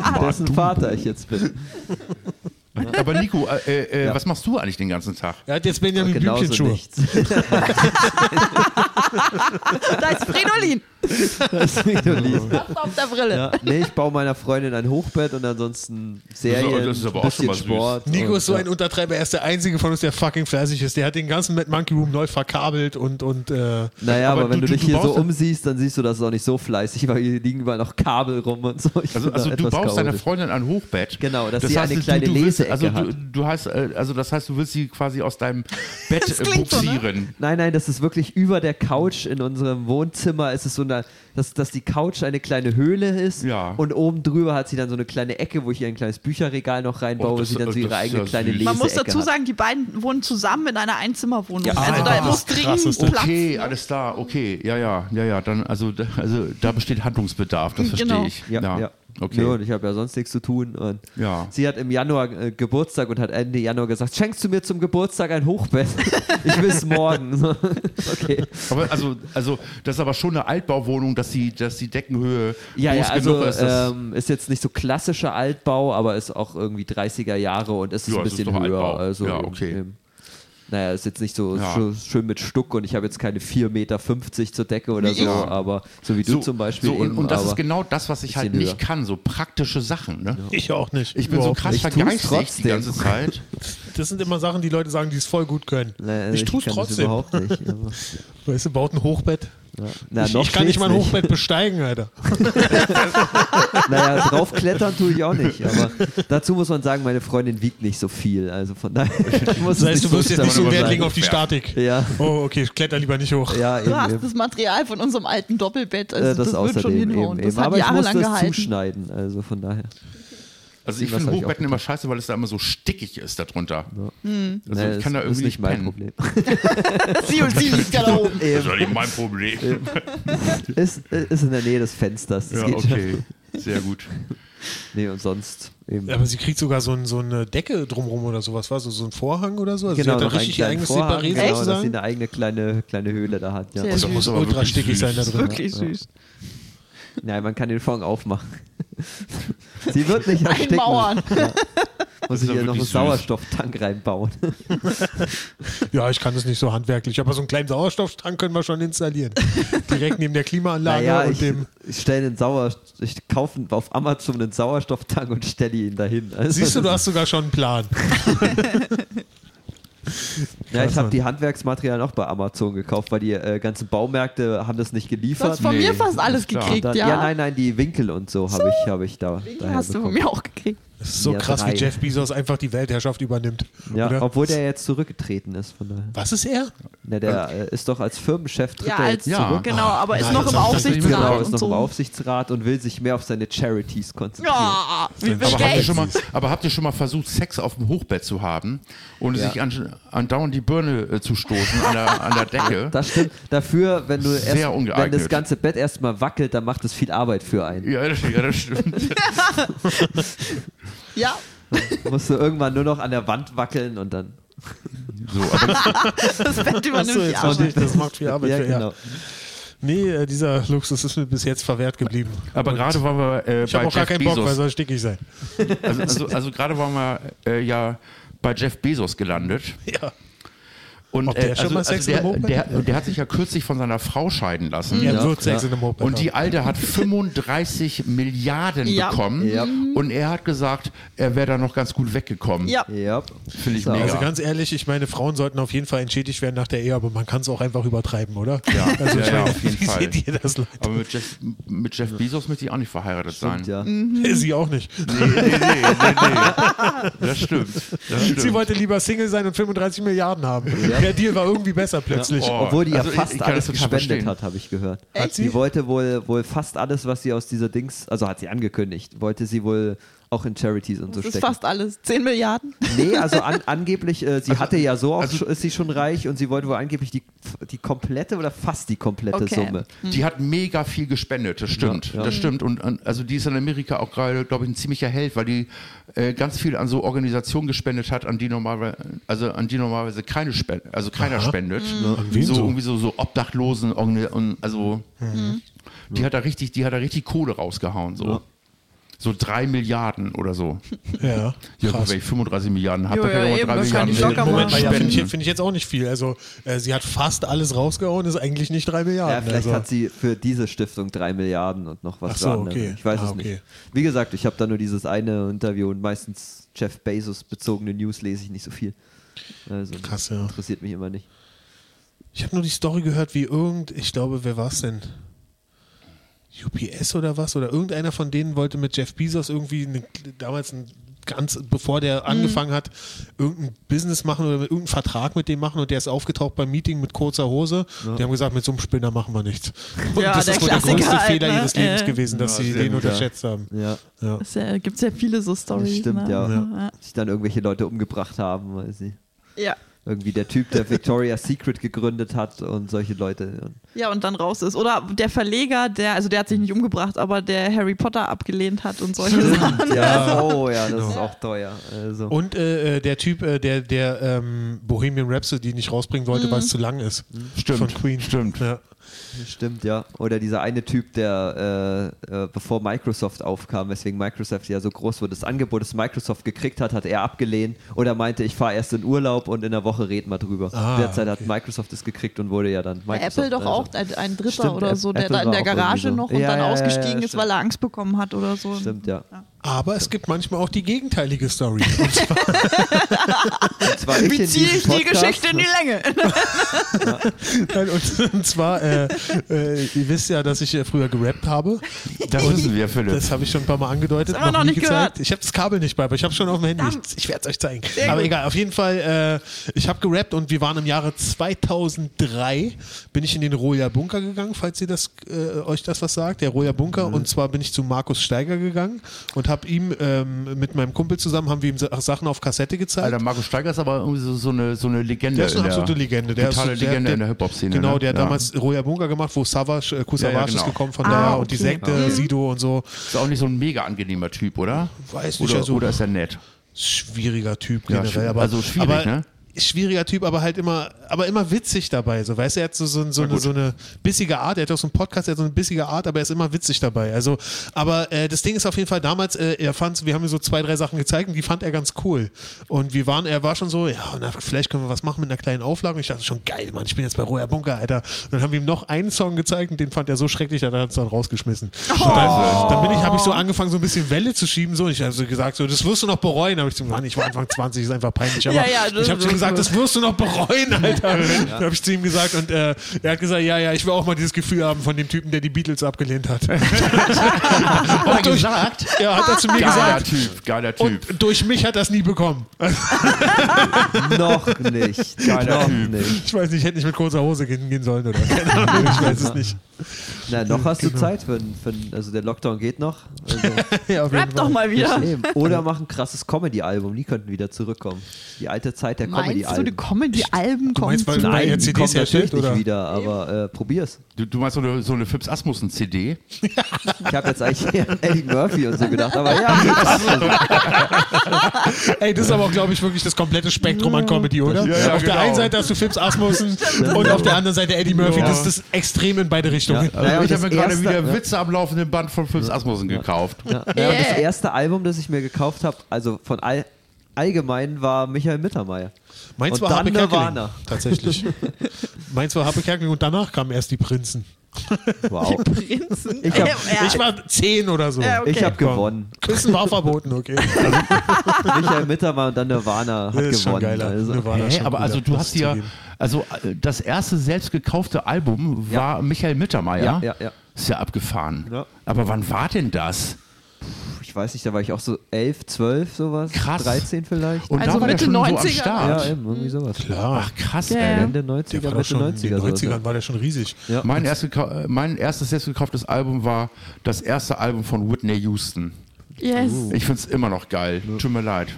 S3: Ah.
S4: Dessen Vater ich jetzt bin.
S2: Aber Nico, äh, äh, was machst du eigentlich den ganzen Tag?
S1: Er hat jetzt Benjamin
S4: Genauso
S1: Blümchenschuhe.
S4: nichts.
S3: Da ist Fridolin.
S4: Das Videolied.
S3: Auf der Brille.
S4: Ja, nee, ich baue meiner Freundin ein Hochbett und ansonsten Serien,
S2: das ist aber auch
S4: bisschen
S2: schon mal süß.
S4: Sport.
S1: Nico
S4: und,
S1: ist so
S4: ja.
S1: ein Untertreiber, er ist der einzige von uns, der fucking fleißig ist. Der hat den ganzen Mad Monkey Room neu verkabelt und, und äh,
S4: Naja, aber,
S2: aber
S4: wenn
S2: du-
S4: du,
S2: du-
S4: dich
S2: du
S4: hier so
S2: baust-
S4: umsiehst, dann siehst du, dass es auch nicht so fleißig war. Hier liegen überall noch Kabel rum und so. Ich bin
S2: Also,
S4: da
S2: also du
S4: etwas
S2: baust deiner
S4: chaotisch.
S2: Freundin ein Hochbett.
S4: Genau, dass sie eine
S2: du-
S4: kleine
S2: du willst Also
S4: hat.
S2: du, du heißt, äh, also das heißt, du willst sie quasi aus deinem Bett
S3: Das
S2: äh,
S3: klingt so, ne?
S2: buxieren.
S4: Nein, nein, das ist wirklich über der Couch in unserem Wohnzimmer. Ist es so eine, dass, dass die Couch eine kleine Höhle ist
S2: Ja.
S4: und oben drüber hat sie dann so eine kleine Ecke, wo ich ihr ein kleines Bücherregal noch reinbaue,
S2: Oh, das-
S4: wo sie dann so
S2: das
S4: ihre
S2: ist
S4: eigene
S2: ja
S4: kleine
S2: süß.
S4: Leseecke
S3: Man muss dazu
S4: hat.
S3: sagen, die beiden wohnen zusammen in einer Einzimmerwohnung. also
S1: ah,
S3: da
S1: das
S3: muss dringend
S1: Krasseste.
S3: Platz.
S2: Okay, alles da, okay, ja, ja, ja, ja, dann, also, da- also da besteht Handlungsbedarf, das verstehe
S3: Genau.
S2: ich.
S4: Ja, ja.
S2: Okay.
S4: Nö, und ich habe ja sonst nichts zu tun. Und
S2: Ja.
S4: Sie hat im Januar äh, Geburtstag und hat Ende Januar gesagt, schenkst du mir zum Geburtstag ein Hochbett? ich will es morgen. So, okay.
S2: Aber also, also, das ist aber schon eine Altbauwohnung, dass die, dass die Deckenhöhe
S4: Ja, ja,
S2: groß
S4: also
S2: genug
S4: ist,
S2: ist. dass-
S4: ähm, ist jetzt nicht so klassischer Altbau, aber ist auch irgendwie 30er Jahre und ist
S2: Ja,
S4: ein
S2: es ist
S4: bisschen
S2: doch
S4: höher.
S2: Altbau.
S4: Also
S2: Ja,
S4: im-
S2: okay.
S4: im- naja, ist jetzt nicht so
S2: Ja.
S4: schö- schön mit Stuck und ich habe jetzt keine 4,50 Meter zur Decke oder so,
S2: Ja.
S4: aber so wie du zum Beispiel.
S2: So, und,
S4: eben,
S2: und das
S4: aber
S2: ist genau das, was ich
S4: bisschen
S2: halt nicht
S4: höher.
S2: kann, so praktische Sachen. Ne?
S1: Ich auch nicht.
S2: Ich bin so
S1: Überhaupt
S2: krass
S4: nicht. Ich tu's
S2: vergeistigt
S4: trotzdem.
S2: die ganze Zeit.
S1: nicht. Das sind immer Sachen, die Leute sagen, die es voll gut können.
S4: Naja,
S1: ich tue es
S4: also kann das
S1: trotzdem.
S4: überhaupt nicht. aber-
S1: Weißt du, baut ein Hochbett.
S4: Na,
S1: ich,
S4: noch
S1: ich kann nicht
S4: steht's
S1: mein Hochbett besteigen, Alter.
S4: Naja, draufklettern tue ich auch nicht. Aber dazu muss man sagen, meine Freundin wiegt nicht so viel. Also von daher muss
S1: Das heißt, du wirst jetzt nicht so
S4: schlimm
S1: Wert
S4: sein.
S1: legen auf die Statik.
S4: Ja.
S1: Oh, okay, ich kletter lieber nicht hoch.
S4: Ja,
S3: Du hast
S4: eben. eben.
S3: das Material von unserem alten Doppelbett. Also
S4: Äh,
S3: das, wird schon
S4: außerdem eben,
S3: hinhauen.
S4: eben.
S3: Das hat
S4: Aber ich muss
S3: jahrelang
S4: das
S3: gehalten.
S4: zuschneiden, also von daher.
S2: Also ich
S4: Was
S2: finde
S4: hab ich auch
S2: Hochbetten immer scheiße, weil es da immer so stickig ist darunter. Also
S4: Naja,
S2: ich
S4: das
S2: kann da
S4: ist
S2: irgendwie
S4: nicht mein
S2: pennen.
S4: Problem.
S3: Sie und sie liegt ja da oben.
S2: Das ist ja nicht mein Problem.
S4: ist, ist in der Nähe des Fensters. Das
S2: Ja,
S4: geht schon.
S2: okay. Sehr gut.
S4: Nee, und sonst eben.
S1: Aber sie kriegt sogar so, ein, so eine Decke drumrum oder sowas, war so, so ein Vorhang oder so. Also
S4: genau,
S1: sie hat
S4: noch
S1: da
S4: einen
S1: richtig ihr
S4: kleinen
S1: eigenes
S4: Vorhang,
S1: Separé
S4: genau, dass sie
S1: sozusagen.
S4: eine eigene kleine, kleine Höhle da hat. Ja.
S3: Sehr
S2: Also
S3: süß.
S2: muss aber
S1: Ultra
S2: wirklich
S1: stickig
S2: süß.
S1: sein da drin.
S3: Wirklich süß.
S4: Nein, man kann den Vorhang aufmachen. sie wird nicht ersticken.
S3: Einmauern.
S4: Ja. Muss
S2: ist
S4: ich
S2: ja
S4: ihr noch einen
S2: wirklich süß.
S4: Sauerstofftank reinbauen.
S1: Ja, ich kann das nicht so handwerklich, aber so einen kleinen Sauerstofftank können wir schon installieren. Direkt neben der Klimaanlage
S4: Naja,
S1: und
S4: ich,
S1: dem.
S4: ich stelle den Sauer, ich kaufe auf Amazon einen Sauerstofftank und stelle ihn dahin. Also,
S1: Siehst du, du hast sogar schon einen Plan.
S4: ja, ich
S1: krass,
S4: habe
S1: Mann.
S4: die Handwerksmaterialien auch bei Amazon gekauft, weil die äh, ganzen Baumärkte haben das nicht
S3: Du hast
S4: geliefert.
S3: von
S2: Nee,
S3: mir fast alles
S2: ist klar.
S4: Und
S3: gekriegt,
S4: dann,
S3: ja.
S4: ja. nein, nein, die Winkel und so habe ich, hab ich da. daher
S3: Hast du von
S4: bekommen.
S3: mir auch gekriegt.
S1: Das ist so
S4: Ja,
S1: krass,
S4: drei.
S1: wie Jeff Bezos einfach die Weltherrschaft übernimmt.
S4: Ja,
S1: oder?
S4: obwohl der jetzt zurückgetreten ist. Von daher.
S1: Was ist er?
S4: Na, der äh, ist doch als Firmenchef tritt
S3: Ja,
S4: er jetzt
S3: als,
S2: Ja.
S4: zurück.
S3: genau, aber ist
S1: Nein,
S3: noch
S1: das
S3: im
S1: hab ich nicht
S3: Aufsichtsrat
S4: Genau, ist
S3: und
S4: noch
S3: so.
S4: im Aufsichtsrat und will sich mehr auf seine Charities konzentrieren.
S3: Ja, wie
S2: Aber habt, ihr
S3: bestellt.
S2: schon mal, aber habt ihr schon mal versucht, Sex auf dem Hochbett zu haben und
S4: Ja.
S2: sich an, andauernd die Birne äh, zu stoßen an der, an der Decke?
S4: Das stimmt. Dafür, wenn du
S2: Sehr
S4: erst, wenn
S2: ungeeignet.
S4: das ganze Bett erstmal wackelt, dann macht es viel Arbeit für einen.
S2: ja, das, ja, das stimmt.
S3: Ja,
S4: Musst du irgendwann nur noch an der Wand wackeln und dann.
S2: So, aber
S3: das Bett übernimmt die Arbeit.
S1: das macht viel Arbeit
S4: ja,
S1: für
S4: genau.
S1: er. Nee, äh, dieser Luxus ist mir bis jetzt verwehrt geblieben.
S2: aber
S1: Und
S2: gerade waren wir äh,
S1: Ich
S2: bei
S1: habe auch gar
S2: Jeff
S1: keinen
S2: Bezos.
S1: Bock, weil soll stickig sein.
S2: also also, also gerade waren wir äh, ja bei Jeff Bezos gelandet.
S1: Ja.
S2: Und
S1: Ob der
S2: äh,
S1: schon mal Sex mit
S2: also
S1: dem
S2: der,
S1: Hochbett?
S2: der, der hat sich ja kürzlich von seiner Frau scheiden lassen.
S1: Er
S4: Ja,
S1: wird Sex
S4: ja.
S1: in einem Hochbett
S2: Und die
S1: haben.
S2: Alte hat 35 Milliarden
S3: Ja.
S2: bekommen.
S4: Ja.
S2: Und er hat gesagt, er wäre da noch ganz gut weggekommen.
S3: Ja,
S4: Ja.
S2: Finde ich
S4: So.
S2: mega.
S1: Also ganz ehrlich, ich meine, Frauen sollten auf jeden Fall entschädigt werden nach der Ehe, aber man kann es auch einfach übertreiben, oder?
S2: Ja.
S1: Also ich
S2: Ja, ja,
S1: meine,
S2: auf jeden
S1: wie
S2: Fall.
S1: seht ihr das? Leute?
S2: Aber mit Jeff, mit Jeff Bezos möchte ich auch nicht verheiratet sein.
S4: Stimmt, ja.
S1: Sie auch nicht.
S2: Nee, nee, nee, nee, nee. Das stimmt. Das stimmt.
S1: Sie wollte lieber Single sein und 35 Milliarden haben.
S4: Ja.
S1: Der Deal war irgendwie besser plötzlich.
S2: Oh.
S4: Obwohl die ja
S2: Also ich-
S4: fast
S2: ich kann
S4: alles
S2: das total
S4: gespendet
S2: verstehen.
S4: hat, habe ich gehört.
S1: Echt?
S4: Sie wollte wohl, wohl fast alles, was sie aus dieser Dings, also hat sie angekündigt, wollte sie wohl auch in Charities und so
S3: das ist
S4: stecken.
S3: fast alles. 10 Milliarden.
S4: Nee, also an, angeblich, äh, sie hatte ja so auch,
S2: also-
S4: schon- ist sie schon reich und sie wollte wohl angeblich die, die komplette oder fast die komplette
S3: Okay.
S4: Summe.
S2: Die hat mega viel gespendet, das stimmt.
S4: Ja, ja.
S2: Das stimmt. Und an- also die ist in Amerika auch gerade, glaube ich, ein ziemlicher Held, weil die äh, ganz viel an so Organisationen gespendet hat, an die normalerweise, also an die normalerweise keine spend, also keiner spendet.
S1: wen
S2: So
S1: so? Mhm.
S2: irgendwie so, so Obdachlosen, Organi- und also die hat da richtig, die hat da richtig Kohle rausgehauen. So.
S4: Ja.
S2: So drei Milliarden oder so.
S1: Ja,
S2: Ja,
S1: krass.
S2: gut, wenn ich 35 Milliarden habe,
S3: Jo,
S2: dann kann
S3: ja,
S2: ich auch
S3: eben,
S2: mal drei
S3: das kann
S2: Milliarden
S3: ich locker
S1: Moment mal, ja,
S2: spenden.
S1: finde ich, find ich jetzt auch nicht viel. Also äh, sie hat fast alles rausgehauen, ist eigentlich nicht drei
S4: Ja,
S1: Milliarden.
S4: vielleicht
S1: also.
S4: hat sie für diese Stiftung drei Milliarden und noch was
S1: Ach so,
S4: für andere.
S1: okay.
S4: Ich weiß
S1: Ah,
S4: es
S1: okay.
S4: nicht. Wie gesagt, ich habe da nur dieses eine Interview und meistens Jeff Bezos bezogene News lese ich nicht so viel. Also
S1: Krass, ja.
S4: interessiert mich immer nicht.
S1: Ich habe nur die Story gehört, wie irgend, ich glaube, wer war es denn? UPS oder was? Oder irgendeiner von denen wollte mit Jeff Bezos irgendwie eine, damals ein ganz, bevor
S3: Mhm.
S1: der angefangen hat, irgendein Business machen oder irgendeinen Vertrag mit dem machen und der ist aufgetaucht beim Meeting mit kurzer Hose. Die haben gesagt, mit so einem Spinner machen wir nichts. Und
S3: Ja,
S1: das
S3: der
S1: ist wohl der
S3: Klassiker
S1: größte
S3: halt,
S1: Fehler
S3: ne?
S1: ihres Lebens
S3: Äh.
S1: gewesen, dass
S2: Ja,
S1: sie
S2: sehr
S1: den
S2: gut,
S4: ja.
S1: unterschätzt haben.
S4: Ja,
S1: Ja.
S3: Es ja, gibt ja viele so
S4: das
S3: Stories.
S4: stimmt, ja.
S3: ne?
S4: Sich dann irgendwelche Leute umgebracht haben, weil sie
S3: ja. ja.
S4: irgendwie der Typ, der Victoria's Secret gegründet hat und solche Leute.
S3: Ja, und dann raus ist. Oder der Verleger, der, also der hat sich nicht umgebracht, aber der Harry Potter abgelehnt hat und solche Sachen.
S4: Und ja, oh ja,
S1: genau.
S4: das ist auch teuer. Also.
S1: Und äh, äh, der Typ, äh, der, der ähm, Bohemian Rhapsody nicht rausbringen wollte,
S3: Mhm.
S1: weil es zu lang ist.
S2: Stimmt.
S1: Von Queen.
S2: Stimmt.
S1: Ja.
S4: Stimmt, ja. Oder dieser eine Typ, der äh, äh, bevor Microsoft aufkam, weswegen Microsoft ja so groß wurde, das Angebot, das Microsoft gekriegt hat, hat er abgelehnt oder meinte, ich fahre erst in Urlaub und in der Woche reden wir drüber.
S1: Ah,
S4: Derzeit hat Microsoft es gekriegt und wurde ja dann Microsoft.
S3: Apple doch
S4: also.
S3: auch ein, ein Dritter
S4: Stimmt,
S3: oder so, der
S4: Apple
S3: da in
S4: war
S3: der
S4: auch irgendwie
S3: Garage
S4: so.
S3: noch und
S4: Ja,
S3: dann
S4: ja, ja,
S3: ausgestiegen
S4: ja,
S3: ist, weil er Angst bekommen hat oder so.
S4: Stimmt, ja.
S1: Aber es gibt manchmal auch die gegenteilige Story. Und zwar
S4: Und zwar ich
S3: Wie
S4: in
S3: ziehe
S4: diesem
S3: ich die
S4: Podcast-
S3: Geschichte in die Länge?
S1: Nein, und, und zwar, äh, äh, ihr wisst ja, dass ich äh, früher gerappt habe.
S2: Das wissen wir, Philipp.
S1: Das habe ich schon ein paar Mal angedeutet.
S3: Das haben wir noch
S1: nie
S3: nicht
S1: gezeigt.
S3: gehört.
S1: Ich habe das Kabel nicht bei, aber ich habe schon auf dem Handy.
S3: Verdammt.
S1: Ich, ich werde es euch zeigen.
S3: Sehr
S1: aber
S3: gut.
S1: egal, auf jeden Fall, äh, ich habe gerappt und wir waren im Jahre 2003, bin ich in den Roja Bunker gegangen, falls ihr das, äh, euch das was sagt, der Roja Bunker.
S2: Mhm.
S1: Und zwar bin ich zu Markus Steiger gegangen und habe ihm ähm, mit meinem Kumpel zusammen, haben wir ihm Sa- Sachen auf Kassette gezeigt.
S2: Alter, Markus Steiger ist aber irgendwie so, so, eine, so eine
S1: Halt.
S2: Legende.
S1: Der ist eine
S2: in
S1: absolute Legende. Der
S2: totale
S1: ist, der,
S2: Legende
S1: der,
S2: in der Hip-Hop-Szene.
S1: Genau,
S2: ne?
S1: der hat
S2: ja.
S1: damals Roya Bunker gemacht, wo Savage, äh, Kusavage
S2: Ja, ja, genau.
S1: ist gekommen von
S3: Ah,
S1: daher und die
S3: okay.
S1: Sekte,
S3: Mhm.
S1: Sido und so.
S2: Ist auch nicht so ein mega angenehmer Typ, oder?
S1: Weiß nicht,
S2: oder,
S1: also-
S2: oder ist er nett?
S1: Schwieriger Typ
S2: Ja,
S1: generell.
S2: schwi-
S1: aber,
S2: also schwierig,
S1: aber,
S2: ne?
S1: Schwieriger Typ, aber halt immer, aber immer witzig dabei. So, weißt du, er hat so, so, so, eine, so eine bissige Art, er hat auch so einen Podcast, er hat so eine bissige Art, aber er ist immer witzig dabei. Also, aber äh, das Ding ist auf jeden Fall damals, äh, er fand, wir haben ihm so zwei, drei Sachen gezeigt und die fand er ganz cool. Und wir waren, er war schon so, ja, na, vielleicht können wir was machen mit einer kleinen Auflage. Und ich dachte schon, geil, Mann, ich bin jetzt bei Roher Bunker, Alter. Und dann haben wir ihm noch einen Song gezeigt und den fand er so schrecklich, da hat er uns dann rausgeschmissen. Und Dann, dann bin ich, habe ich so angefangen, so ein bisschen Welle zu schieben. So, Und ich habe so gesagt, so, das wirst du noch bereuen. Habe ich so, Mann, ich war Anfang 20, ist einfach peinlich. Aber
S3: Ja, ja, das
S1: ich habe
S3: ist
S1: so
S3: so.
S1: gesagt, das wirst du noch bereuen, Alter. Habe ich zu ihm gesagt. Und äh, er hat gesagt, ja, ja, ich will auch mal dieses Gefühl haben von dem Typen, der die Beatles abgelehnt hat.
S2: Hat er gesagt?
S1: ja, hat er zu mir
S2: Geiler
S1: gesagt.
S2: Typ, geiler Typ.
S1: Und durch mich hat er es nie bekommen.
S4: Noch nicht.
S2: Geiler
S4: noch
S2: Typ.
S4: nicht.
S1: Ich weiß nicht, ich hätte nicht mit kurzer Hose gehen, gehen sollen oder keine Ahnung, ich weiß es nicht.
S4: Na, noch hast du Zeit für, ein- für ein- also der Lockdown geht noch. Also,
S1: Ja, auf jeden
S3: Rap doch
S1: Fall.
S3: mal wieder.
S4: eben. Oder mach ein krasses Comedy-Album, die könnten wieder zurückkommen. Die alte Zeit der
S3: Meinst du, die
S4: Comedy-Alben.
S3: Comedy-Alben kommen
S1: meinst, weil-
S3: zurück?
S1: Weil ihr
S4: Nein, die
S1: CDs
S4: kommt natürlich
S1: herstellt,
S4: nicht
S1: oder?
S4: wieder, aber äh, probier's.
S2: Du, du meinst so eine, so eine Phipps Asmussen-CD?
S4: Ich habe jetzt eigentlich eher an Eddie Murphy und so gedacht, aber ja,
S1: Ey, das ist aber auch, glaube ich, wirklich das komplette Spektrum an Comedy, oder?
S2: Ja, ja,
S1: auf der
S2: genau.
S1: einen Seite hast du Phipps Asmussen und auf der anderen Seite Eddie Murphy.
S2: Ja.
S1: Das ist das extrem in beide Richtungen.
S4: Ja. Naja,
S2: ich
S4: das
S2: habe mir gerade
S4: erste-
S2: wieder
S4: ja.
S2: Witze am laufenden Band von Phipps Asmussen gekauft.
S4: Ja, ja, und das erste Album, das ich mir gekauft habe, also von all, allgemein war Michael Mittermeier.
S1: Meins
S4: und
S1: war
S4: dann
S1: Habe Kerkeling.
S4: Nirvana.
S1: Tatsächlich. Meins war Habe Kerkeling und danach kamen erst die Prinzen.
S4: Wow.
S3: Prinzen.
S4: Ich hab-
S3: Ja,
S1: Ich war zehn oder so.
S3: Ja, okay.
S4: Ich habe
S1: Komm.
S4: gewonnen.
S1: Küssen war verboten, okay. Also,
S4: Michael Mittermeier und dann Nirvana hat
S1: Das ist schon
S4: gewonnen.
S1: geiler. Nirvana ist
S2: Hä,
S1: schon
S2: aber
S1: cooler,
S2: also du
S1: muss
S2: hast
S1: ich
S2: ja,
S1: zugeben.
S2: also äh, das erste selbst gekaufte Album
S4: Ja.
S2: war Michael Mittermeier.
S4: Ja, ja, ja.
S2: Ist ja abgefahren.
S4: Ja.
S2: Aber wann war denn das?
S4: ich weiß nicht, da war ich auch so 11, 12 sowas.
S2: Krass.
S4: 13 vielleicht.
S2: Und
S3: Also
S2: da war der
S3: Mitte
S2: schon so am
S3: 90er.
S4: ja,
S2: Start.
S4: eben, irgendwie sowas.
S1: Klar.
S2: Ach krass,
S3: Ja,
S2: ey.
S3: ja.
S1: Der
S4: Ende 90er,
S1: war doch
S4: Mitte
S1: schon, in den
S4: 90er. sowas,
S1: 90ern war der schon riesig.
S4: Ja.
S2: Mein, erst gekau- äh, mein erstes selbst gekauftes Album war das erste Album von Whitney Houston.
S3: yes.
S4: Uh.
S2: Ich find's immer noch geil. Tut mir leid.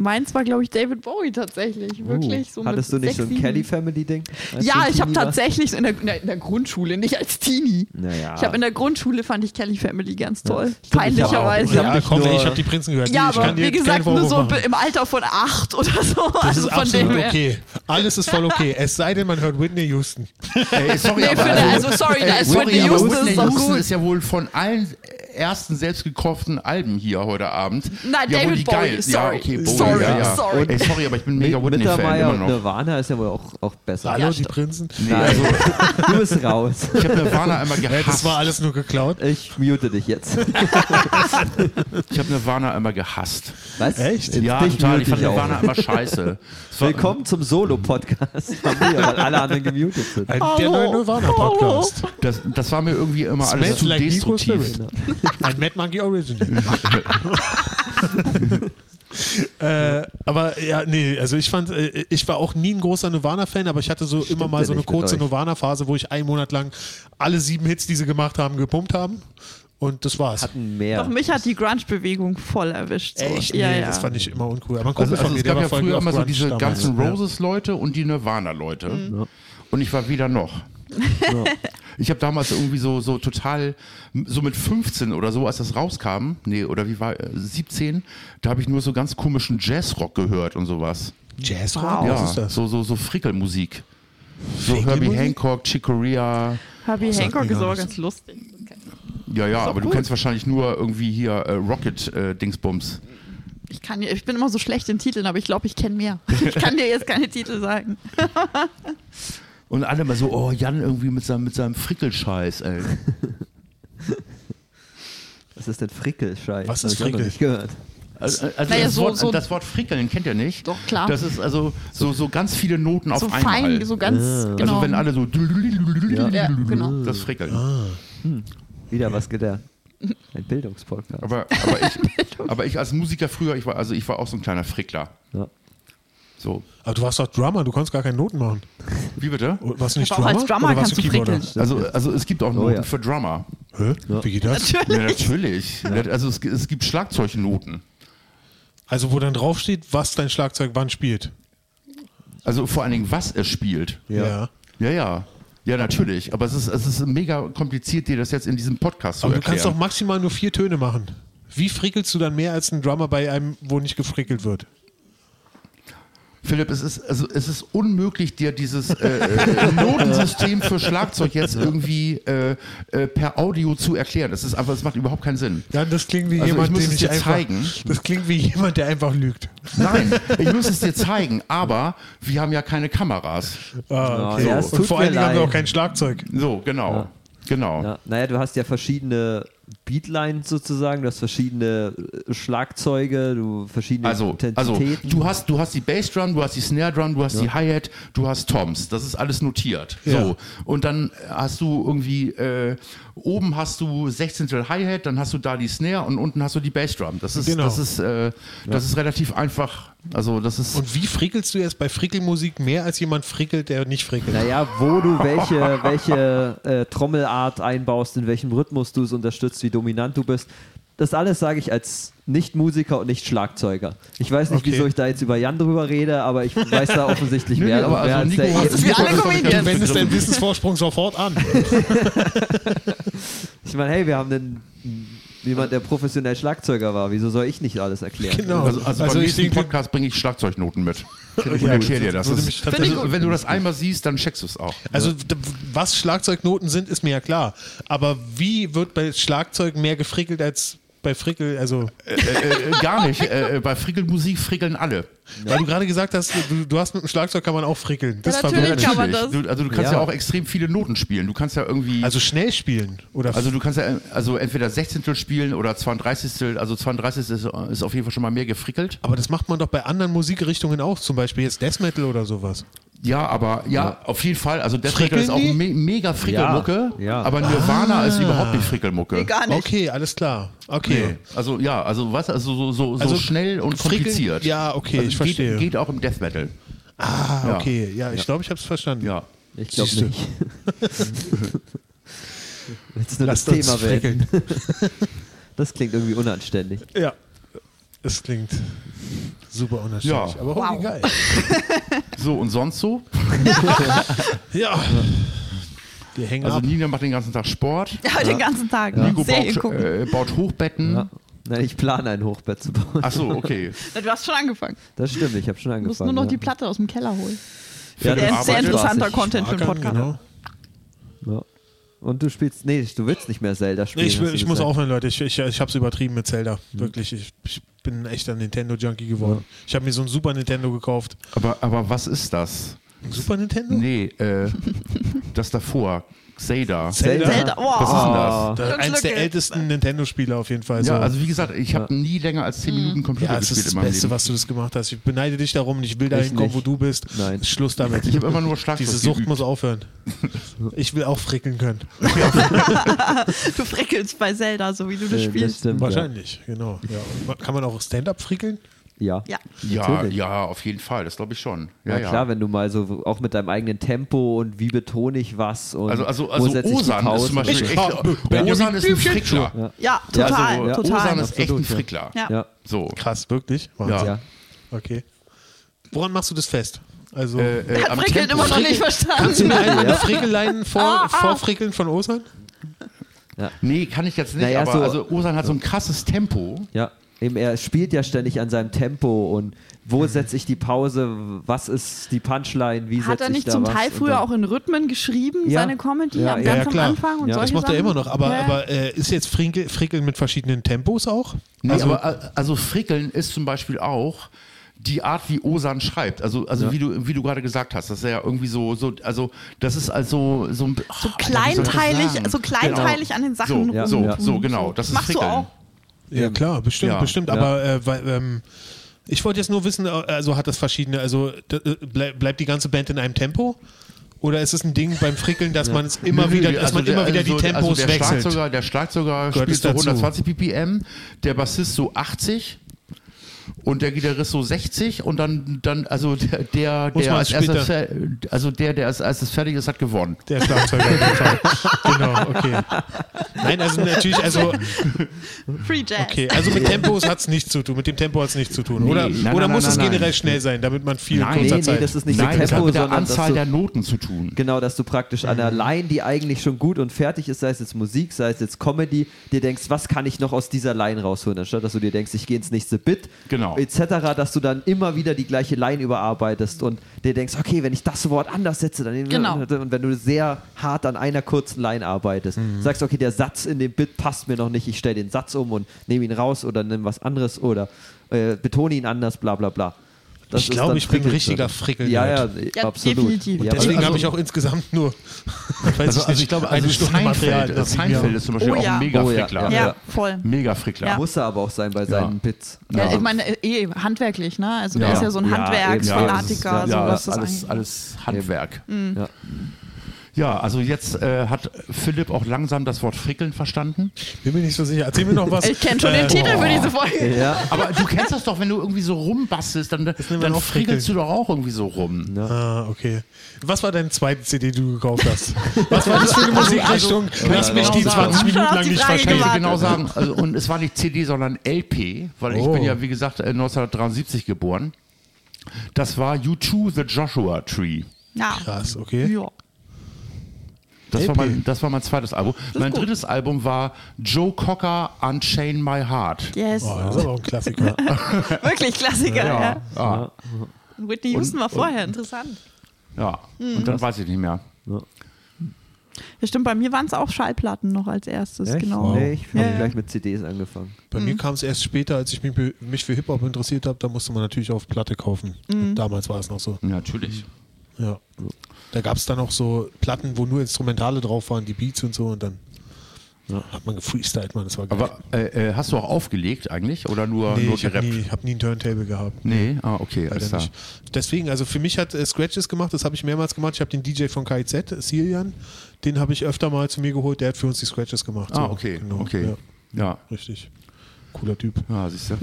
S3: Meins war, glaube ich, David Bowie tatsächlich. Wirklich. So
S4: Uh, Hattest du
S3: mit
S4: nicht so
S3: sechs,
S4: ein
S3: sieben.
S4: Kelly-Family-Ding? als du
S3: Ja,
S4: ein
S3: ich habe
S4: Teenie warst?
S3: tatsächlich so in der, in, der, in der Grundschule, nicht als Teenie.
S4: Naja.
S3: Ich habe in der Grundschule fand ich Kelly Family ganz toll.
S1: Ich hab auch-
S3: Peinlicherweise.
S4: Ich hab
S1: Ja,
S4: nicht
S1: komm,
S4: nur-
S1: ey, ich habe die Prinzen gehört.
S3: Ja,
S1: ich kann
S3: aber
S1: dir
S3: wie
S1: jetzt
S3: gesagt,
S1: keinen
S3: nur so
S1: Vorwurf machen.
S3: im Alter von acht oder so.
S1: Das
S3: also
S1: ist
S3: von dem
S1: absolut
S3: her.
S1: okay. Alles ist voll okay. Es sei denn, man hört Whitney Houston.
S2: Ey, sorry,
S3: Nee, für eine, also sorry, da ist
S2: sorry,
S3: Whitney
S2: aber
S3: Houston,
S2: Whitney
S3: ist doch
S2: Houston
S3: gut.
S2: ist ja wohl von allen ersten selbst gekauften Alben hier heute Abend.
S3: Na,
S2: ja, wohl
S3: David
S2: die
S3: Bowie,
S2: geil. Ja,
S3: sorry.
S2: okay, Bowie,
S3: Sorry,
S2: ja, ja.
S3: sorry.
S2: Ey, sorry, aber ich bin mega Whitney-Fan
S4: Mittermeier
S2: immer
S4: und
S2: noch.
S4: Nirvana ist ja wohl auch, auch besser.
S1: Hallo, die
S3: stimmt.
S1: Prinzen.
S2: Nee, also,
S4: Du bist raus.
S2: ich habe Nirvana einmal
S1: Ja,
S2: gehasst.
S1: das war alles nur geklaut.
S4: Ich mute dich jetzt.
S2: Ich habe Nirvana einmal gehasst.
S4: Was?
S1: Echt?
S4: Jetzt
S2: ja,
S4: dich
S2: total. Ich
S4: mute
S2: fand
S4: auch.
S2: Nirvana immer scheiße. Es war-
S4: Willkommen zum Solo-Podcast von mir, weil alle anderen gemutet sind.
S1: Ein, der neue Nirvana-Podcast.
S2: Das, das war mir irgendwie immer alles
S1: Smells like
S4: ne?
S2: zu
S1: Nico
S2: destruktiv.
S1: Spirit. Ein Mad Monkey Original. Äh, aber ja, nee, also ich fand, äh, ich war auch nie ein großer Nirvana-Fan, aber ich hatte so immer mal
S4: ja
S1: so eine
S4: nicht mit
S1: kurze
S4: euch.
S1: Nirvana-Phase, wo ich einen Monat lang alle sieben Hits, die sie gemacht haben, gepumpt haben. Und das war's.
S4: Hatten mehr.
S3: Doch mich hat die Grunge-Bewegung voll erwischt. So. Ja,
S1: Nee,
S3: ja.
S1: das fand ich immer uncool. Aber ein Kumpel
S2: Also, also
S1: von mir,
S2: es
S1: der
S2: gab
S1: war
S2: ja
S1: voll
S2: früher
S1: auf
S2: immer so
S1: Grunge
S2: diese
S1: damals.
S2: ganzen
S1: Ja.
S2: Roses-Leute und die Nirvana-Leute. Und ich war weder noch. Ich habe damals irgendwie so, so total, so mit 15 oder so, als das rauskam, nee, oder wie war, äh, 17, da habe ich nur so ganz komischen Jazzrock gehört und sowas.
S1: Jazzrock?
S2: Oh,
S3: Wow.
S1: Was ist das?
S2: So, so, so Frickelmusik. So
S1: Frickelmusik?
S2: Herbie Hancock, Chick Corea,
S3: Herbie
S1: sagt
S3: Hancock
S1: mir
S3: ist
S1: gar
S3: aber
S1: nichts.
S3: ganz lustig.
S2: ja, ja, aber du
S3: cool.
S2: kennst wahrscheinlich nur irgendwie hier äh, Rocket-Dingsbums.
S3: Ich, kann, ich bin immer so schlecht in Titeln, aber ich glaube, ich kenne mehr. Ich kann dir jetzt keine Titel sagen.
S2: und alle mal so, oh, Jan irgendwie mit seinem, mit seinem Frickelscheiß, ey.
S4: Was ist denn Frickelscheiß?
S1: Was
S4: Hab
S1: ist
S4: ich auch noch
S1: Frickel?
S4: nicht gehört.
S2: Also, also
S3: Naja,
S2: das,
S3: so-
S2: Wort,
S3: so-
S2: das Wort Frickeln kennt ihr nicht.
S3: Doch, klar.
S2: Das ist also so, so ganz viele Noten
S3: so
S2: auf einmal.
S3: fein, so ganz
S1: Ah.
S3: genau.
S2: Also wenn alle so
S3: Ja, genau.
S2: das Frickeln.
S4: Wieder was gelernt. Ein Bildungspodcast.
S2: Aber, aber, ich, aber ich als Musiker früher, ich war, also ich war auch so ein kleiner Frickler.
S4: Ja.
S2: So.
S1: Aber du warst doch Drummer, du konntest gar keine Noten machen.
S2: Wie bitte?
S1: Oder Warst du nicht
S3: Aber auch
S1: Drummer?
S3: als Drummer
S1: Oder warst
S3: kannst du
S1: Keyboarder?
S3: frickeln.
S2: Also, also es gibt auch
S4: Oh,
S2: Noten
S4: ja.
S2: für Drummer.
S1: Hä? Wie geht das?
S3: Natürlich.
S2: Ja, natürlich. Also es, es gibt Schlagzeugnoten.
S1: Also, wo dann draufsteht, was dein Schlagzeug wann spielt.
S2: Also vor allen Dingen, was er spielt.
S4: Ja.
S2: Ja, ja. Ja, natürlich. Aber es ist, es ist mega kompliziert, dir das jetzt in diesem Podcast zu
S1: Aber du
S2: erklären.
S1: kannst doch maximal nur vier Töne machen. Wie frickelst du dann mehr als ein Drummer bei einem, wo nicht gefrickelt wird?
S2: Philipp, es ist, also, es ist unmöglich, dir dieses äh, äh, Notensystem für Schlagzeug jetzt irgendwie äh, äh, per Audio zu erklären. Es ist einfach, es macht überhaupt keinen Sinn.
S1: Ja, das klingt wie
S2: Also, ich
S1: jemand,
S2: muss
S1: dem
S2: es dir
S1: einfach,
S2: zeigen.
S1: Das klingt wie jemand, der einfach lügt.
S2: Nein, ich muss es dir zeigen, aber wir haben ja keine Kameras.
S1: Ah, okay.
S4: Ja, es
S1: Und
S4: tut
S1: vor
S4: mir
S1: allen Dingen haben wir
S4: leid.
S1: auch kein Schlagzeug.
S2: So, genau. Genau.
S4: Ja, naja, du hast ja verschiedene Beatlines sozusagen, du hast verschiedene äh, Schlagzeuge, du verschiedene
S2: Also, also du, hast, du hast die Bassdrum, du hast die Snare Drum, du hast die Hi-Hat, du hast Toms. Das ist alles notiert.
S1: Ja.
S2: So. Und dann hast du irgendwie, äh, oben hast du 16. Hi-Hat, dann hast du da die Snare und unten hast du die Bassdrum. Das ist,
S1: Genau.
S2: das ist, äh, das ist relativ einfach. Also das ist.
S1: Und wie frickelst du jetzt bei Frickelmusik mehr als jemand frickelt, der nicht frickelt?
S4: Naja, wo du welche, welche äh, Trommelart einbaust, in welchem Rhythmus du es unterstützt, wie dominant du bist. Das alles sage ich als Nicht-Musiker und Nicht-Schlagzeuger. Ich weiß nicht,
S1: Okay.
S4: wieso ich da jetzt über Jan drüber rede, aber ich weiß da offensichtlich
S2: Nö,
S4: mehr.
S2: nö, aber
S4: mehr
S2: also
S4: als
S2: Nico
S4: der-
S2: hat
S3: Jetzt wie alle
S1: Du
S3: Comedians.
S1: wendest deinen Wissensvorsprung sofort an.
S4: ich meine, hey, wir haben einen, jemand, der professionell Schlagzeuger war. Wieso soll ich nicht alles erklären?
S1: Genau.
S2: Also, also, beim nächsten
S1: denke,
S2: Podcast bringe ich Schlagzeugnoten mit. Ich
S1: Ja,
S2: erkläre dir
S1: das
S2: das.
S1: würde
S2: das
S1: mich
S2: ist,
S1: tatsächlich-
S2: also, wenn du das einmal siehst, dann checkst du es auch.
S1: Also d- was Schlagzeugnoten sind, ist mir ja klar. Aber wie wird bei Schlagzeug mehr gefrickelt als bei Frickel? Also,
S2: Äh, gar nicht. Äh, bei Frickelmusik frickeln alle.
S1: weil du gerade gesagt hast, du, du hast mit dem Schlagzeug kann man auch frickeln. Das
S3: Ja,
S1: verwirrt
S3: natürlich
S1: mich.
S3: kann man-
S2: Natürlich.
S3: das-
S2: Du, also du kannst ja.
S4: Ja.
S2: auch extrem viele Noten spielen. Du kannst ja irgendwie. Also,
S1: Also schnell spielen oder
S2: du kannst ja also entweder 16. spielen oder 32. Also 32 ist, ist auf jeden Fall schon mal mehr gefrickelt.
S1: aber das macht man doch bei anderen Musikrichtungen auch, zum Beispiel jetzt Death Metal oder sowas.
S2: Ja, aber ja, auf jeden Fall. Also Death Metal
S1: Frickeln
S2: ist auch
S1: die?
S2: me mega Frickelmucke.
S4: Ja, ja.
S2: Aber Nirvana ist überhaupt nicht Frickelmucke.
S3: Ah. Nee, gar Ah, nicht.
S1: Okay, alles klar. Okay.
S2: Nee. Also ja, also was, also so, so, so
S1: Also
S2: schnell und
S1: Frickeln-
S2: kompliziert. Also
S1: Ja, okay, ich
S2: geht,
S1: verstehe.
S2: Geht auch im Death Metal.
S1: Ah,
S2: Ja.
S1: okay. Ja, ich glaube, ich habe es verstanden.
S2: Ja.
S4: Ich glaube
S1: Siehste.
S4: nicht. Willst du nur
S1: Lasst
S4: das
S1: uns
S4: Thema
S1: frickeln.
S4: wählen? Das klingt irgendwie unanständig.
S1: Ja. Es klingt super unerschöpflich,
S2: Ja.
S1: aber wow. irgendwie geil.
S2: So und sonst so.
S1: Ja. Wir hängen
S2: Also
S1: ab.
S2: Nina macht den ganzen Tag Sport.
S3: Ja, den ganzen Tag. ne?
S2: Nico
S3: Serien
S2: baut,
S3: gucken.
S2: äh, baut Hochbetten.
S4: Ja. Nein, ich plane ein Hochbett zu bauen.
S2: Ach so, okay.
S3: Du hast schon angefangen.
S4: Das stimmt, ich habe schon
S3: Du musst
S4: angefangen.
S3: nur noch
S4: ja.
S3: die Platte aus dem Keller holen.
S4: ja, das
S3: Sehr,
S2: den
S4: ist
S3: sehr
S2: Arbeit-
S3: interessanter
S4: spaßig.
S3: Content für den
S1: Ackern,
S3: Podcast.
S1: genau.
S4: Ja. Und du spielst, nee, du willst nicht mehr Zelda
S1: Nee,
S4: spielen.
S1: ich, will,
S4: hast du
S1: ich muss
S4: gesagt.
S1: aufhören, Leute. Ich, ich, ich habe es übertrieben mit Zelda.
S2: Mhm.
S1: Wirklich, ich, ich bin echt ein Nintendo-Junkie geworden. Ich habe mir so ein Super Nintendo gekauft.
S2: Aber, aber was ist das?
S1: Ein Super Nintendo?
S2: Nee, äh, das davor. Xeda.
S1: Zelda.
S3: Zelda. oh,
S2: Was ist
S3: Wow.
S1: Das
S2: denn das?
S1: ist
S3: Glück
S1: eins der
S3: gehabt.
S1: ältesten Nintendo-Spiele auf jeden Fall.
S2: Ja,
S1: so.
S2: also wie gesagt, ich habe nie länger als 10 Minuten Computer
S1: ja, es
S2: gespielt
S1: ist
S2: in
S1: das
S2: meinem
S1: Beste,
S2: Leben.
S1: was du das gemacht hast. Ich beneide dich darum und ich will dahin
S4: Ich
S1: kommen,
S4: nicht.
S1: wo du bist.
S4: Nein.
S1: Schluss damit.
S2: Ich habe immer nur Schlagzeug
S1: Diese Sucht
S2: geübt.
S1: muss aufhören. Ich will auch frickeln können.
S3: Du frickelst bei Zelda, so wie du das
S4: Äh, das
S3: spielst.
S4: stimmt, ja.
S1: Wahrscheinlich, genau. Ja. Kann man auch Stand-up frickeln?
S4: Ja.
S3: Ja.
S2: Ja,
S4: Natürlich.
S2: ja, auf jeden Fall, das glaube ich schon. Ja,
S4: Ja,
S2: ja.
S4: klar, wenn du mal so auch mit deinem eigenen Tempo und wie betone ich was und
S2: also, also,
S4: wo
S2: also
S4: setze ich die
S2: Osan ist
S4: Pause
S2: zum Beispiel
S1: Ich
S2: echt,
S1: habe Benjamin
S2: Osan ist ein
S1: Blümchen.
S2: Frickler.
S3: Ja,
S4: Ja, also,
S3: total,
S4: ja,
S3: total.
S2: Osan ist echt ein
S4: Absolut, ja.
S2: Frickler.
S3: Ja.
S4: Ja.
S2: So.
S1: Krass, wirklich?
S2: Ja.
S4: ja.
S1: Okay. Woran machst du das fest? Also,
S2: Äh, äh,
S3: Hat
S2: am
S3: Frickeln
S2: Tempo.
S3: immer noch nicht
S1: kannst du
S3: verstanden.
S1: mir eine ja. Frickelleinen vor,
S3: Ah,
S1: vorfrickeln von Osan?
S2: Nee, kann ich jetzt nicht,
S4: Naja,
S2: aber
S4: so-
S2: also Osan hat so ein krasses Tempo.
S4: Ja, eben er spielt ja ständig an seinem Tempo und wo setze ich die Pause, was ist die Punchline, wie setze ich da
S3: Hat er nicht zum
S4: was
S3: Teil
S4: und
S3: früher
S4: dann-
S3: auch in Rhythmen geschrieben,
S4: Ja.
S3: seine Comedy
S4: Ja,
S3: am
S4: ja,
S3: ganz am
S1: klar.
S3: Anfang und
S4: Ja.
S1: Das
S3: solche
S1: macht er
S3: Sachen?
S1: immer noch, aber,
S3: Ja.
S1: aber äh, ist jetzt Frickel, Frickeln mit verschiedenen Tempos auch?
S2: Nee,
S1: also,
S2: aber a- also Frickeln ist zum Beispiel auch die Art, wie Osan schreibt. Also, also wie du, wie du gerade gesagt hast, das ist ja irgendwie so, so also das ist also so ein so
S3: kleinteilig, so kleinteilig an den Sachen
S2: So,
S3: rum.
S2: Genau. so,
S4: Ja.
S2: so, genau. Das ist
S3: Machst du
S2: Frickeln.
S3: auch?
S1: ja, klar, bestimmt,
S2: Ja.
S1: bestimmt.
S4: Ja.
S1: Aber äh, weil, ähm, ich wollte jetzt nur wissen, äh, also hat das verschiedene, also d- äh, blei- bleibt die ganze Band in einem Tempo? Oder ist es ein Ding beim Frickeln, dass man es immer
S2: Nö,
S1: wieder,
S2: nö,
S1: dass man
S2: also
S1: immer
S2: der-
S1: wieder die
S2: also
S1: Tempos
S2: der
S1: wechselt?
S2: Schlagzeuger, der Schlagzeuger
S1: Gehört
S2: spielt
S1: es
S2: so
S1: dazu.
S2: 120 ppm, der Bassist so 80 und der Gitarrist so 60 und dann, dann also der, der,
S1: Muss
S2: der
S1: man
S2: als
S1: später-
S2: erstes, fer- also der, der als erstes fertig ist, hat gewonnen.
S1: Der Schlagzeuger. total. genau, okay. Nein, also natürlich, also,
S3: Free Jazz.
S1: okay, also mit Tempos hat es nichts zu tun, mit dem Tempo hat es nichts zu tun.
S2: Nee,
S1: Oder,
S2: nein, nein,
S1: oder
S2: nein,
S1: muss es
S2: nein, nein.
S1: generell schnell sein, damit man viel in
S2: Nein,
S1: kurzer
S4: Nee, nee,
S1: Zeit.
S4: das ist nicht
S2: Nein,
S4: mit
S2: das hat
S4: Tempo,
S2: mit der
S4: sondern dass
S2: Anzahl
S4: du-
S2: der Noten zu tun.
S4: Genau, dass du praktisch an
S1: Mhm.
S4: der Line, die eigentlich schon gut und fertig ist, sei es jetzt Musik, sei es jetzt Comedy, dir denkst, was kann ich noch aus dieser Line rausholen, anstatt dass du dir denkst, ich gehe ins nächste Bit,
S2: Genau.
S4: etc., dass du dann immer wieder die gleiche Line überarbeitest und dir denkst, okay, wenn ich das Wort anders setze, dann
S3: Genau.
S4: und wenn du sehr hart an einer kurzen Line arbeitest,
S1: Mhm.
S4: sagst, okay, der Satz in dem Bit passt mir noch nicht, ich stelle den Satz um und nehme ihn raus oder nimm was anderes oder äh, betone ihn anders, bla bla bla. Das
S1: Ich
S4: ist
S1: glaube,
S4: dann
S1: ich bin ein
S4: Frickeln.
S1: richtiger Frickel.
S4: Ja, ja,
S3: Ja,
S4: absolut.
S3: definitiv.
S4: Ja,
S1: Deswegen
S2: Also-
S1: habe ich auch insgesamt nur, weiß
S2: Also,
S1: ich
S2: also
S1: nicht,
S2: ich glaube,
S1: eine
S2: also
S1: Stunde Material.
S2: Seinfeld,
S1: nach sieben Jahren.
S2: Seinfeld ist zum Beispiel
S3: Oh
S2: auch
S3: ja.
S2: ein mega
S4: Oh ja,
S2: Frickler.
S4: ja.
S3: Ja, voll.
S2: Mega Frickler.
S3: Ja.
S4: Muss er aber auch sein bei
S2: Ja.
S4: seinen Bits.
S3: Ja, ich meine, eh, handwerklich, ne? Also der
S2: Ja.
S3: ist ja so ein
S4: Ja,
S3: Handwerksfanatiker,
S4: eben, ja.
S3: so
S2: ja,
S3: was das
S2: alles,
S3: angeht.
S2: alles Handwerk.
S3: Mhm.
S4: Ja.
S2: Ja, also jetzt äh, hat Philipp auch langsam das Wort Frickeln verstanden.
S1: Bin mir nicht so sicher. Erzähl mir noch was.
S3: Ich kenne schon
S1: Äh,
S3: den Titel
S2: oh.
S3: für diese Folge.
S4: Ja.
S2: Aber du kennst das doch, wenn du irgendwie so rumbastelst, dann,
S1: nennt man
S2: dann
S1: auch
S2: frickelst du doch auch irgendwie so rum.
S1: Ah, okay. Was war deine zweite CD, die du gekauft hast? Was war das für eine
S3: Also,
S1: Musikrichtung? Lass mich die
S2: genau.
S1: 20 Minuten
S3: Schon auf
S1: lang
S3: die
S1: nicht verstehen.
S3: Frage
S2: Kann ich dir
S3: gewartet.
S2: genau sagen. Also, und es war nicht CD, sondern LP, weil ich
S1: Oh.
S2: bin ja, wie gesagt, äh, 1973 geboren. Das war U2 The Joshua Tree.
S3: Ja.
S1: Krass, okay.
S3: ja.
S2: Das war,
S1: LP.
S2: mein, das war mein zweites Album. Mein
S3: gut.
S2: drittes Album war Joe Cocker Unchain My Heart.
S3: Yes.
S1: Oh, das ist aber auch ein Klassiker.
S3: Wirklich Klassiker, ja.
S2: Ah,
S3: Whitney Houston war vorher, interessant.
S2: ja. Und dann weiß ich nicht mehr.
S3: Ja, stimmt, bei mir waren es auch Schallplatten noch als erstes,
S4: Echt?
S3: genau.
S4: Nee, ich habe
S3: Ja, ja.
S4: gleich mit CDs angefangen.
S1: Bei
S3: Mhm.
S1: mir kam es erst später, als ich mich, be- mich für Hip-Hop interessiert habe. Da musste man natürlich auf Platte kaufen.
S3: Mhm.
S1: Damals war es noch so.
S2: Natürlich.
S1: Ja. Da gab es dann auch so Platten, wo nur Instrumentale drauf waren, die Beats und so. Und dann hat man gefreestylt, man. Das war geil.
S2: Aber äh, äh, hast du auch aufgelegt eigentlich oder nur,
S1: nee,
S2: nur
S1: ich habe
S2: gerappt?
S1: nie, hab nie ein Turntable gehabt.
S2: Nee, ah, okay, alles
S1: Leider
S2: klar.
S1: nicht. Deswegen, also für mich hat äh, Scratches gemacht, das habe ich mehrmals gemacht. Ich habe den DJ von KIZ, Silian, den habe ich öfter mal zu mir geholt, der hat für uns die Scratches gemacht.
S2: Ah,
S1: So,
S2: okay,
S1: genau,
S2: okay.
S1: Ja,
S2: Ja,
S1: richtig. Cooler Typ.
S2: ja siehst du.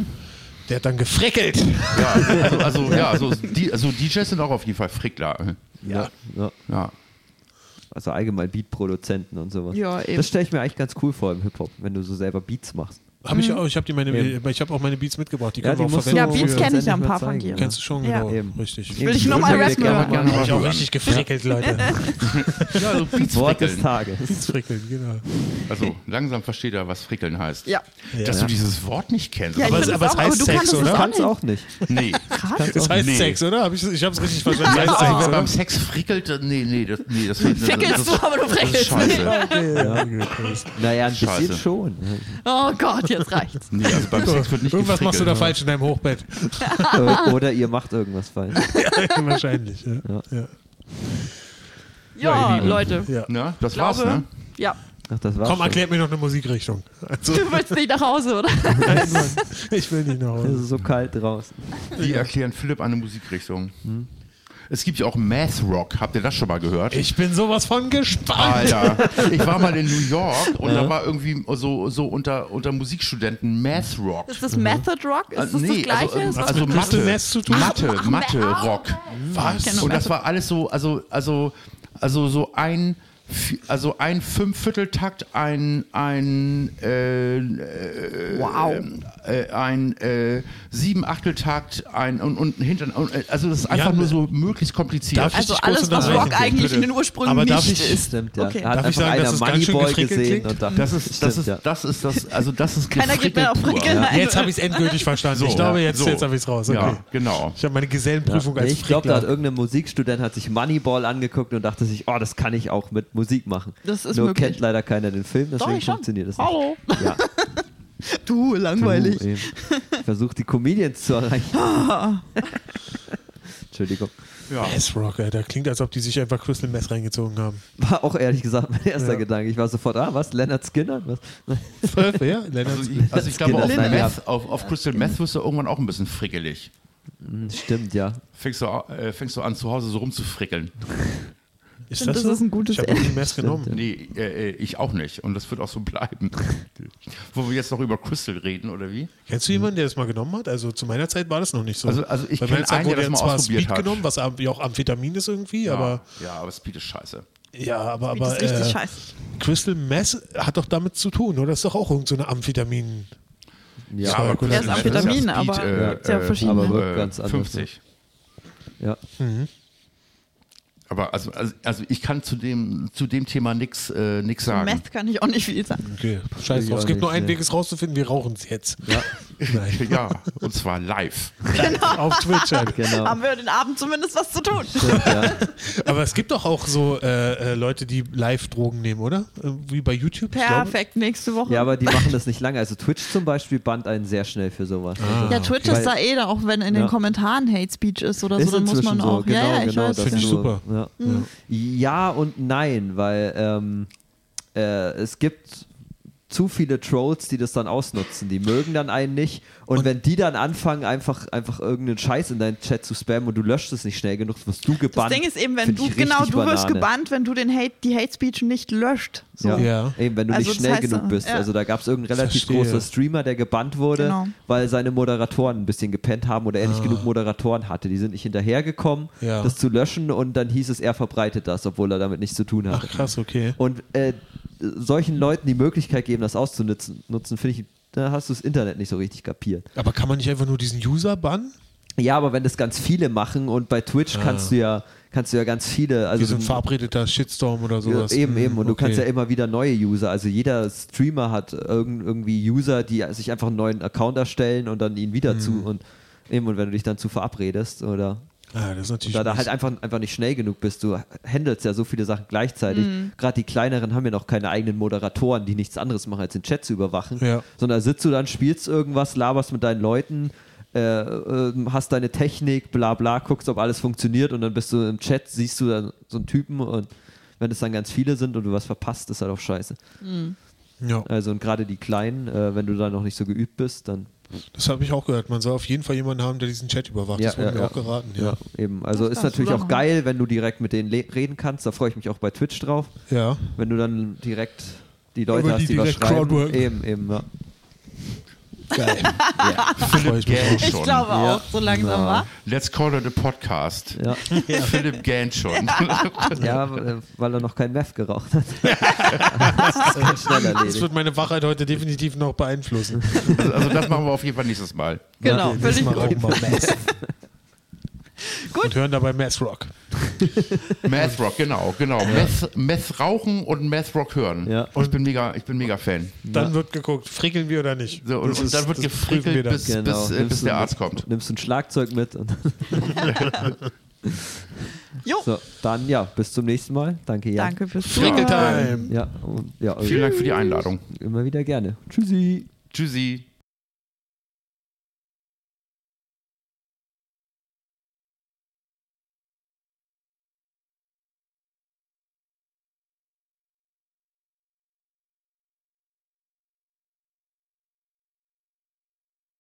S1: Der hat dann gefreckelt.
S2: Ja, also, also, ja, also, die, also DJs sind auch auf jeden Fall Frickler.
S1: Ja.
S4: Ja.
S2: Ja.
S4: Also allgemein Beatproduzenten und sowas.
S3: Ja, eben.
S4: Das stelle ich mir eigentlich ganz cool vor im Hip-Hop, wenn du so selber Beats machst.
S1: Habe ich auch, ich habe meine, äh,
S4: Eben.
S1: ich habe auch meine Beats mitgebracht, die
S4: Ja,
S1: können wir
S4: die
S1: auch
S4: musst du-
S1: verwenden.
S3: Ja, Beats
S1: für-
S3: kenne ich ja
S4: Kannst
S3: ein
S4: du
S3: paar
S4: zeigen,
S3: von dir.
S4: ja.
S1: Kennst du schon,
S3: Ja.
S1: genau.
S4: Eben.
S1: Richtig.
S3: Will ich nur mal
S4: Würde
S3: Rap
S4: ich gerne
S3: hören.
S4: mal
S1: Hab ich auch
S2: Hören.
S1: richtig gefreckelt, Leute.
S2: Ja, also Beats
S4: Wort des
S2: frickeln.
S4: Tages.
S1: Beats frickeln, genau.
S2: Also langsam versteht er, was frickeln heißt.
S3: Ja.
S2: Dass
S1: Ja.
S2: du dieses Wort nicht kennst.
S3: Ja, ich
S1: Aber,
S3: find
S1: es-
S3: das
S1: aber es
S3: auch, aber
S1: heißt
S3: du
S1: Sex,
S3: kannst es
S1: oder?
S3: auch.
S4: Kannst auch nicht.
S2: nee.
S3: Krass.
S1: Es heißt
S2: Nee.
S1: Sex, oder? Hab ich ich habe es richtig verstanden. Es heißt
S2: Also,
S1: Sex,
S2: wer
S1: oder?
S2: beim Sex frickelt, äh, nee, nee, das, nee, das das-
S3: Fickelst du,
S2: das-
S3: aber du
S2: das ist
S3: frickelst nicht.
S2: scheiße.
S4: Naja, ein
S2: Scheiße.
S4: bisschen schon.
S3: Oh Gott, jetzt reicht's.
S2: Nee, also beim Sex wird nicht
S1: Irgendwas machst du da
S2: gefrickelt.
S1: falsch in deinem Hochbett.
S4: Äh, Oder ihr macht irgendwas falsch.
S1: Wahrscheinlich, ja. ja.
S3: Ja,
S2: ihr Lieben.
S3: Leute.
S1: ja.
S2: Na, das war's,
S3: Glaube,
S2: ne?
S3: ja.
S4: Ach, das war's.
S1: Komm,
S4: schon.
S1: erklärt mir noch eine Musikrichtung. Also,
S3: Du willst nicht nach Hause, oder?
S1: nein, Mann, ich will nicht nach
S4: Es
S1: Hause.
S4: ist so kalt draußen.
S2: Die erklären Philipp eine Musikrichtung. Es gibt ja auch Math Rock. Habt ihr das schon mal gehört?
S1: Hm. Ich bin sowas von gespannt.
S2: Alter, ich war mal in New York und da war irgendwie so, so unter, unter Musikstudenten Math Rock.
S3: Ist das Method Rock? Ist das das Gleiche? Ist
S2: also,
S3: das
S1: Crystal
S2: also Mathe,
S1: Meth zu tun?
S2: Mathe,
S3: Ach,
S2: Mathe
S3: Mathe.
S2: Rock.
S1: Was?
S2: Und das war alles so, also, also, also so ein, Vi- also ein Fünfvierteltakt, ein, ein, äh,
S3: wow.
S2: äh, ein äh, Siebenachteltakt, ein und, und hinten, und, äh, also das ist einfach
S1: Ja,
S2: nur so möglichst kompliziert.
S1: Darf ich
S3: Also
S1: dich kurz
S3: alles, was
S1: unterbrechen?
S3: Rock eigentlich in den
S1: Bitte.
S3: Ursprüngen
S1: Aber darf
S3: nicht
S1: ich-
S3: ist.
S4: Stimmt, ja.
S3: Okay.
S4: Er hat
S1: Darf ich
S4: einfach
S1: sagen,
S4: einer
S1: dass es ganz schön
S4: Moneyboy
S1: gefrickelt
S4: gesehen
S1: klingt?
S4: und dachte,
S2: das ist, das ist,
S4: stimmt, ja.
S2: das ist, das, also das ist
S3: Keiner gibt mehr auf
S2: Gefrickel pur.
S3: Frickeln.
S2: Ja.
S3: ein.
S1: Jetzt habe ich es endgültig verstanden. ich glaube, jetzt,
S2: so.
S1: jetzt habe ich es raus. Okay.
S2: Ja, genau.
S1: Ich habe meine Gesellenprüfung
S4: Ja.
S1: als
S4: Ich glaube, da hat
S1: Frickler.
S4: irgendein Musikstudent hat sich Moneyball angeguckt und dachte sich, oh, das kann ich auch mit Musik machen.
S3: Das ist
S4: Nur
S3: möglich.
S4: kennt leider keiner den Film,
S3: Doch,
S4: deswegen
S3: ich schon.
S4: funktioniert das nicht.
S3: Hallo.
S4: Ja.
S3: Du, langweilig.
S4: Du, eben. Ich versuche die Comedians zu erreichen. Entschuldigung.
S2: Ja.
S1: S-Rock, Alter. Klingt, als ob die sich einfach Crystal Meth reingezogen haben.
S4: War auch ehrlich gesagt mein erster
S1: Ja.
S4: Gedanke. Ich war sofort, ah, was? Leonard Skinner? Was?
S1: ja, Leonard.
S2: Also ich, also ich glaube, auf,
S4: Skinner. Nein, ja.
S2: Meth, auf, auf Crystal Meth wirst du irgendwann auch ein bisschen frickelig.
S4: Hm, Stimmt, ja.
S2: Fängst du, äh, fängst du an, zu Hause so rumzufrickeln.
S1: ist
S3: finde, das ist ein gutes
S1: Ich habe noch nie Meth genommen.
S2: Nee, äh, äh, ich auch nicht. Und das wird auch so bleiben. Wo wir jetzt noch über Crystal reden, oder wie?
S1: Kennst du
S4: Mhm.
S1: jemanden, der das mal genommen hat? Also zu meiner Zeit war das noch nicht so.
S2: Also- also ich
S1: Weil
S2: kenn
S1: meiner Zeit
S2: einen, der
S1: wurde
S2: das
S1: ja
S2: mal
S1: zwar
S2: ausprobiert
S1: Speed
S2: hat.
S1: genommen, was am- ja auch Amphetamin ist irgendwie, aber
S2: ja, aber Speed ist scheiße.
S1: ja, aber,
S3: Das ist
S1: aber
S3: richtig
S1: äh,
S3: scheiße.
S1: Crystal Meth hat doch damit zu tun, oder? Das ist doch auch irgendeine so eine Amphetamin.
S4: Ja,
S1: aber
S2: Crystal
S1: Ja, ist
S2: Meth ja
S3: Amphetamin,
S2: Speed,
S3: aber-
S2: äh,
S3: ist ja
S2: äh,
S3: verschieden,
S4: Aber
S2: äh,
S3: ne?
S4: wirkt ganz anders.
S2: 50.
S4: Ja.
S2: Aber also, also, also ich kann zu dem, zu dem Thema nichts äh, nix sagen.
S3: Meth kann ich auch nicht viel sagen.
S1: Okay, scheiß
S4: Ich
S1: drauf. Es
S4: auch
S1: gibt nur
S4: nicht,
S1: einen
S4: nee.
S1: Weg, es rauszufinden, wir rauchen es jetzt. Nein,
S2: Ja, und zwar live.
S1: auf Twitch halt.
S4: Genau.
S3: Haben wir den Abend zumindest was zu tun.
S4: Stimmt, ja.
S1: Aber es gibt doch auch so äh, äh, Leute, die live Drogen nehmen, oder? Äh, wie bei YouTube. ich glaube.
S3: Perfekt, nächste Woche.
S4: ja, aber die machen das nicht lange. Also Twitch zum Beispiel bannt einen sehr schnell für sowas.
S1: Ah.
S4: Also,
S3: Ja, Twitch
S4: okay.
S3: ist da eh, da, auch wenn in
S4: Ja.
S3: den Kommentaren Hate Speech ist oder
S4: Ist
S3: so, dann muss
S4: inzwischen
S3: man auch.
S4: so, genau,
S3: ja, ja, ich Mhm.
S4: genau.
S3: weiß.
S4: das
S1: Finde ich
S4: ist so,
S1: super.
S4: Ja. ja und nein, weil ähm, äh, es gibt zu viele Trolls, die das dann ausnutzen. Die mögen dann einen nicht. Und, wenn die dann anfangen, einfach, einfach irgendeinen Scheiß in deinen Chat zu spammen und du löscht es nicht schnell genug, wirst du
S3: Das
S4: gebannt.
S3: Ding ist eben, wenn
S4: Find
S3: du,
S4: ich
S3: genau,
S4: richtig
S3: du wirst
S4: Banane.
S3: gebannt, wenn du den Hate, die Hate Speech nicht löscht. So.
S4: Ja.
S1: Ja.
S4: Eben, wenn du
S3: Also
S4: nicht
S3: das
S4: schnell
S3: heißt,
S4: genug bist.
S3: ja.
S4: Also da gab es irgendeinen relativ
S1: Verstehe.
S4: großen Streamer, der gebannt wurde,
S3: Genau.
S4: weil seine Moderatoren ein bisschen gepennt haben oder er nicht genug Moderatoren hatte. Die sind nicht hinterhergekommen,
S1: Ah. Ja.
S4: das zu löschen und dann hieß es, er verbreitet das, obwohl er damit nichts zu tun hatte.
S1: Ach krass, okay.
S4: Und äh, solchen Leuten die Möglichkeit geben, das auszunutzen, nutzen, finde ich, da hast du das Internet nicht so richtig kapiert.
S1: Aber kann man nicht einfach nur diesen User bannen?
S4: Ja, aber wenn das ganz viele machen und bei Twitch kannst du ja kannst du ja ganz viele, also
S1: Ah. Wie so ein
S4: du-
S1: verabredeter Shitstorm oder sowas.
S4: Ja, eben,
S1: Hm,
S4: eben. Und du
S1: okay.
S4: kannst ja immer wieder neue User. Also jeder Streamer hat irgend, irgendwie User, die sich einfach einen neuen Account erstellen und dann ihn wieder
S1: Mhm.
S4: zu und eben, und wenn du dich dann zu verabredest oder
S1: Ah, das ist natürlich.
S4: da, da
S1: mies.
S4: halt einfach, einfach nicht schnell genug bist, du handelst ja so viele Sachen gleichzeitig. Gerade die kleineren haben ja noch keine eigenen Moderatoren, die nichts anderes machen, als den Chat zu überwachen.
S1: Ja.
S4: Sondern sitzt du dann, spielst irgendwas, laberst mit deinen Leuten, äh, ähm, hast deine Technik, bla bla, guckst, ob alles funktioniert und dann bist du im Chat, siehst du dann so einen Typen und wenn es dann ganz viele sind und du was verpasst, ist halt auch scheiße.
S1: ja,
S4: Also und gerade die Kleinen, äh, wenn du da noch nicht so geübt bist, dann
S1: das habe ich auch gehört. Man soll auf jeden Fall jemanden haben, der diesen Chat überwacht. das wurde mir auch geraten. Ja.
S4: Eben. Also ist
S3: darfst du
S4: natürlich auch
S3: machen.
S4: geil, wenn du direkt mit denen le- reden kannst. Da freue ich mich auch bei Twitch drauf.
S1: ja.
S4: Wenn du dann direkt die Leute
S1: Wenn wir
S4: hast,
S1: die
S4: die, was
S1: direkt
S4: schreiben.
S1: crowdworken.
S4: Eben, eben, ja.
S1: Geil. Freue ich mich auch.
S3: Ich
S2: Schon.
S3: glaube
S4: Ja.
S3: auch, so langsam
S4: Na.
S3: war.
S2: Let's call it a podcast.
S4: Ja,
S2: Philipp Gant schon.
S4: ja w- äh, weil er noch kein Meth geraucht hat. das ist ganz schnell
S1: Das
S4: erledigt.
S1: wird meine Wachheit heute definitiv noch beeinflussen.
S2: Also, also das machen wir auf jeden Fall nächstes Mal.
S3: Genau,
S1: Okay,
S3: völlig
S1: nächstes Mal
S3: gut.
S1: rauchen wir Meth. Und hören dabei Mass Rock.
S2: Math Rock, genau, genau. Meth, Meth rauchen und Meth Rock hören.
S4: Ja.
S2: Ich bin mega, ich bin mega Fan.
S1: Dann wird geguckt, frickeln wir oder nicht.
S2: So, und,
S1: Das
S2: und
S1: ist-
S2: dann wird
S1: das prüfen wir
S2: gefrickelt,
S1: dann. Genau.
S2: bis, bis, äh,
S4: Nimmst
S2: bis
S4: du
S2: der
S4: ein-
S2: Arzt kommt.
S4: Nimmst du ein Schlagzeug mit. Und
S3: Jo,
S4: so, dann ja, bis zum nächsten Mal. Danke, Jan.
S3: danke fürs
S2: Frickeltime.
S3: Zuhören.
S1: Time.
S4: Ja, und, ja
S2: Vielen Dank für die Einladung.
S4: immer wieder gerne. Tschüssi.
S2: Tschüssi.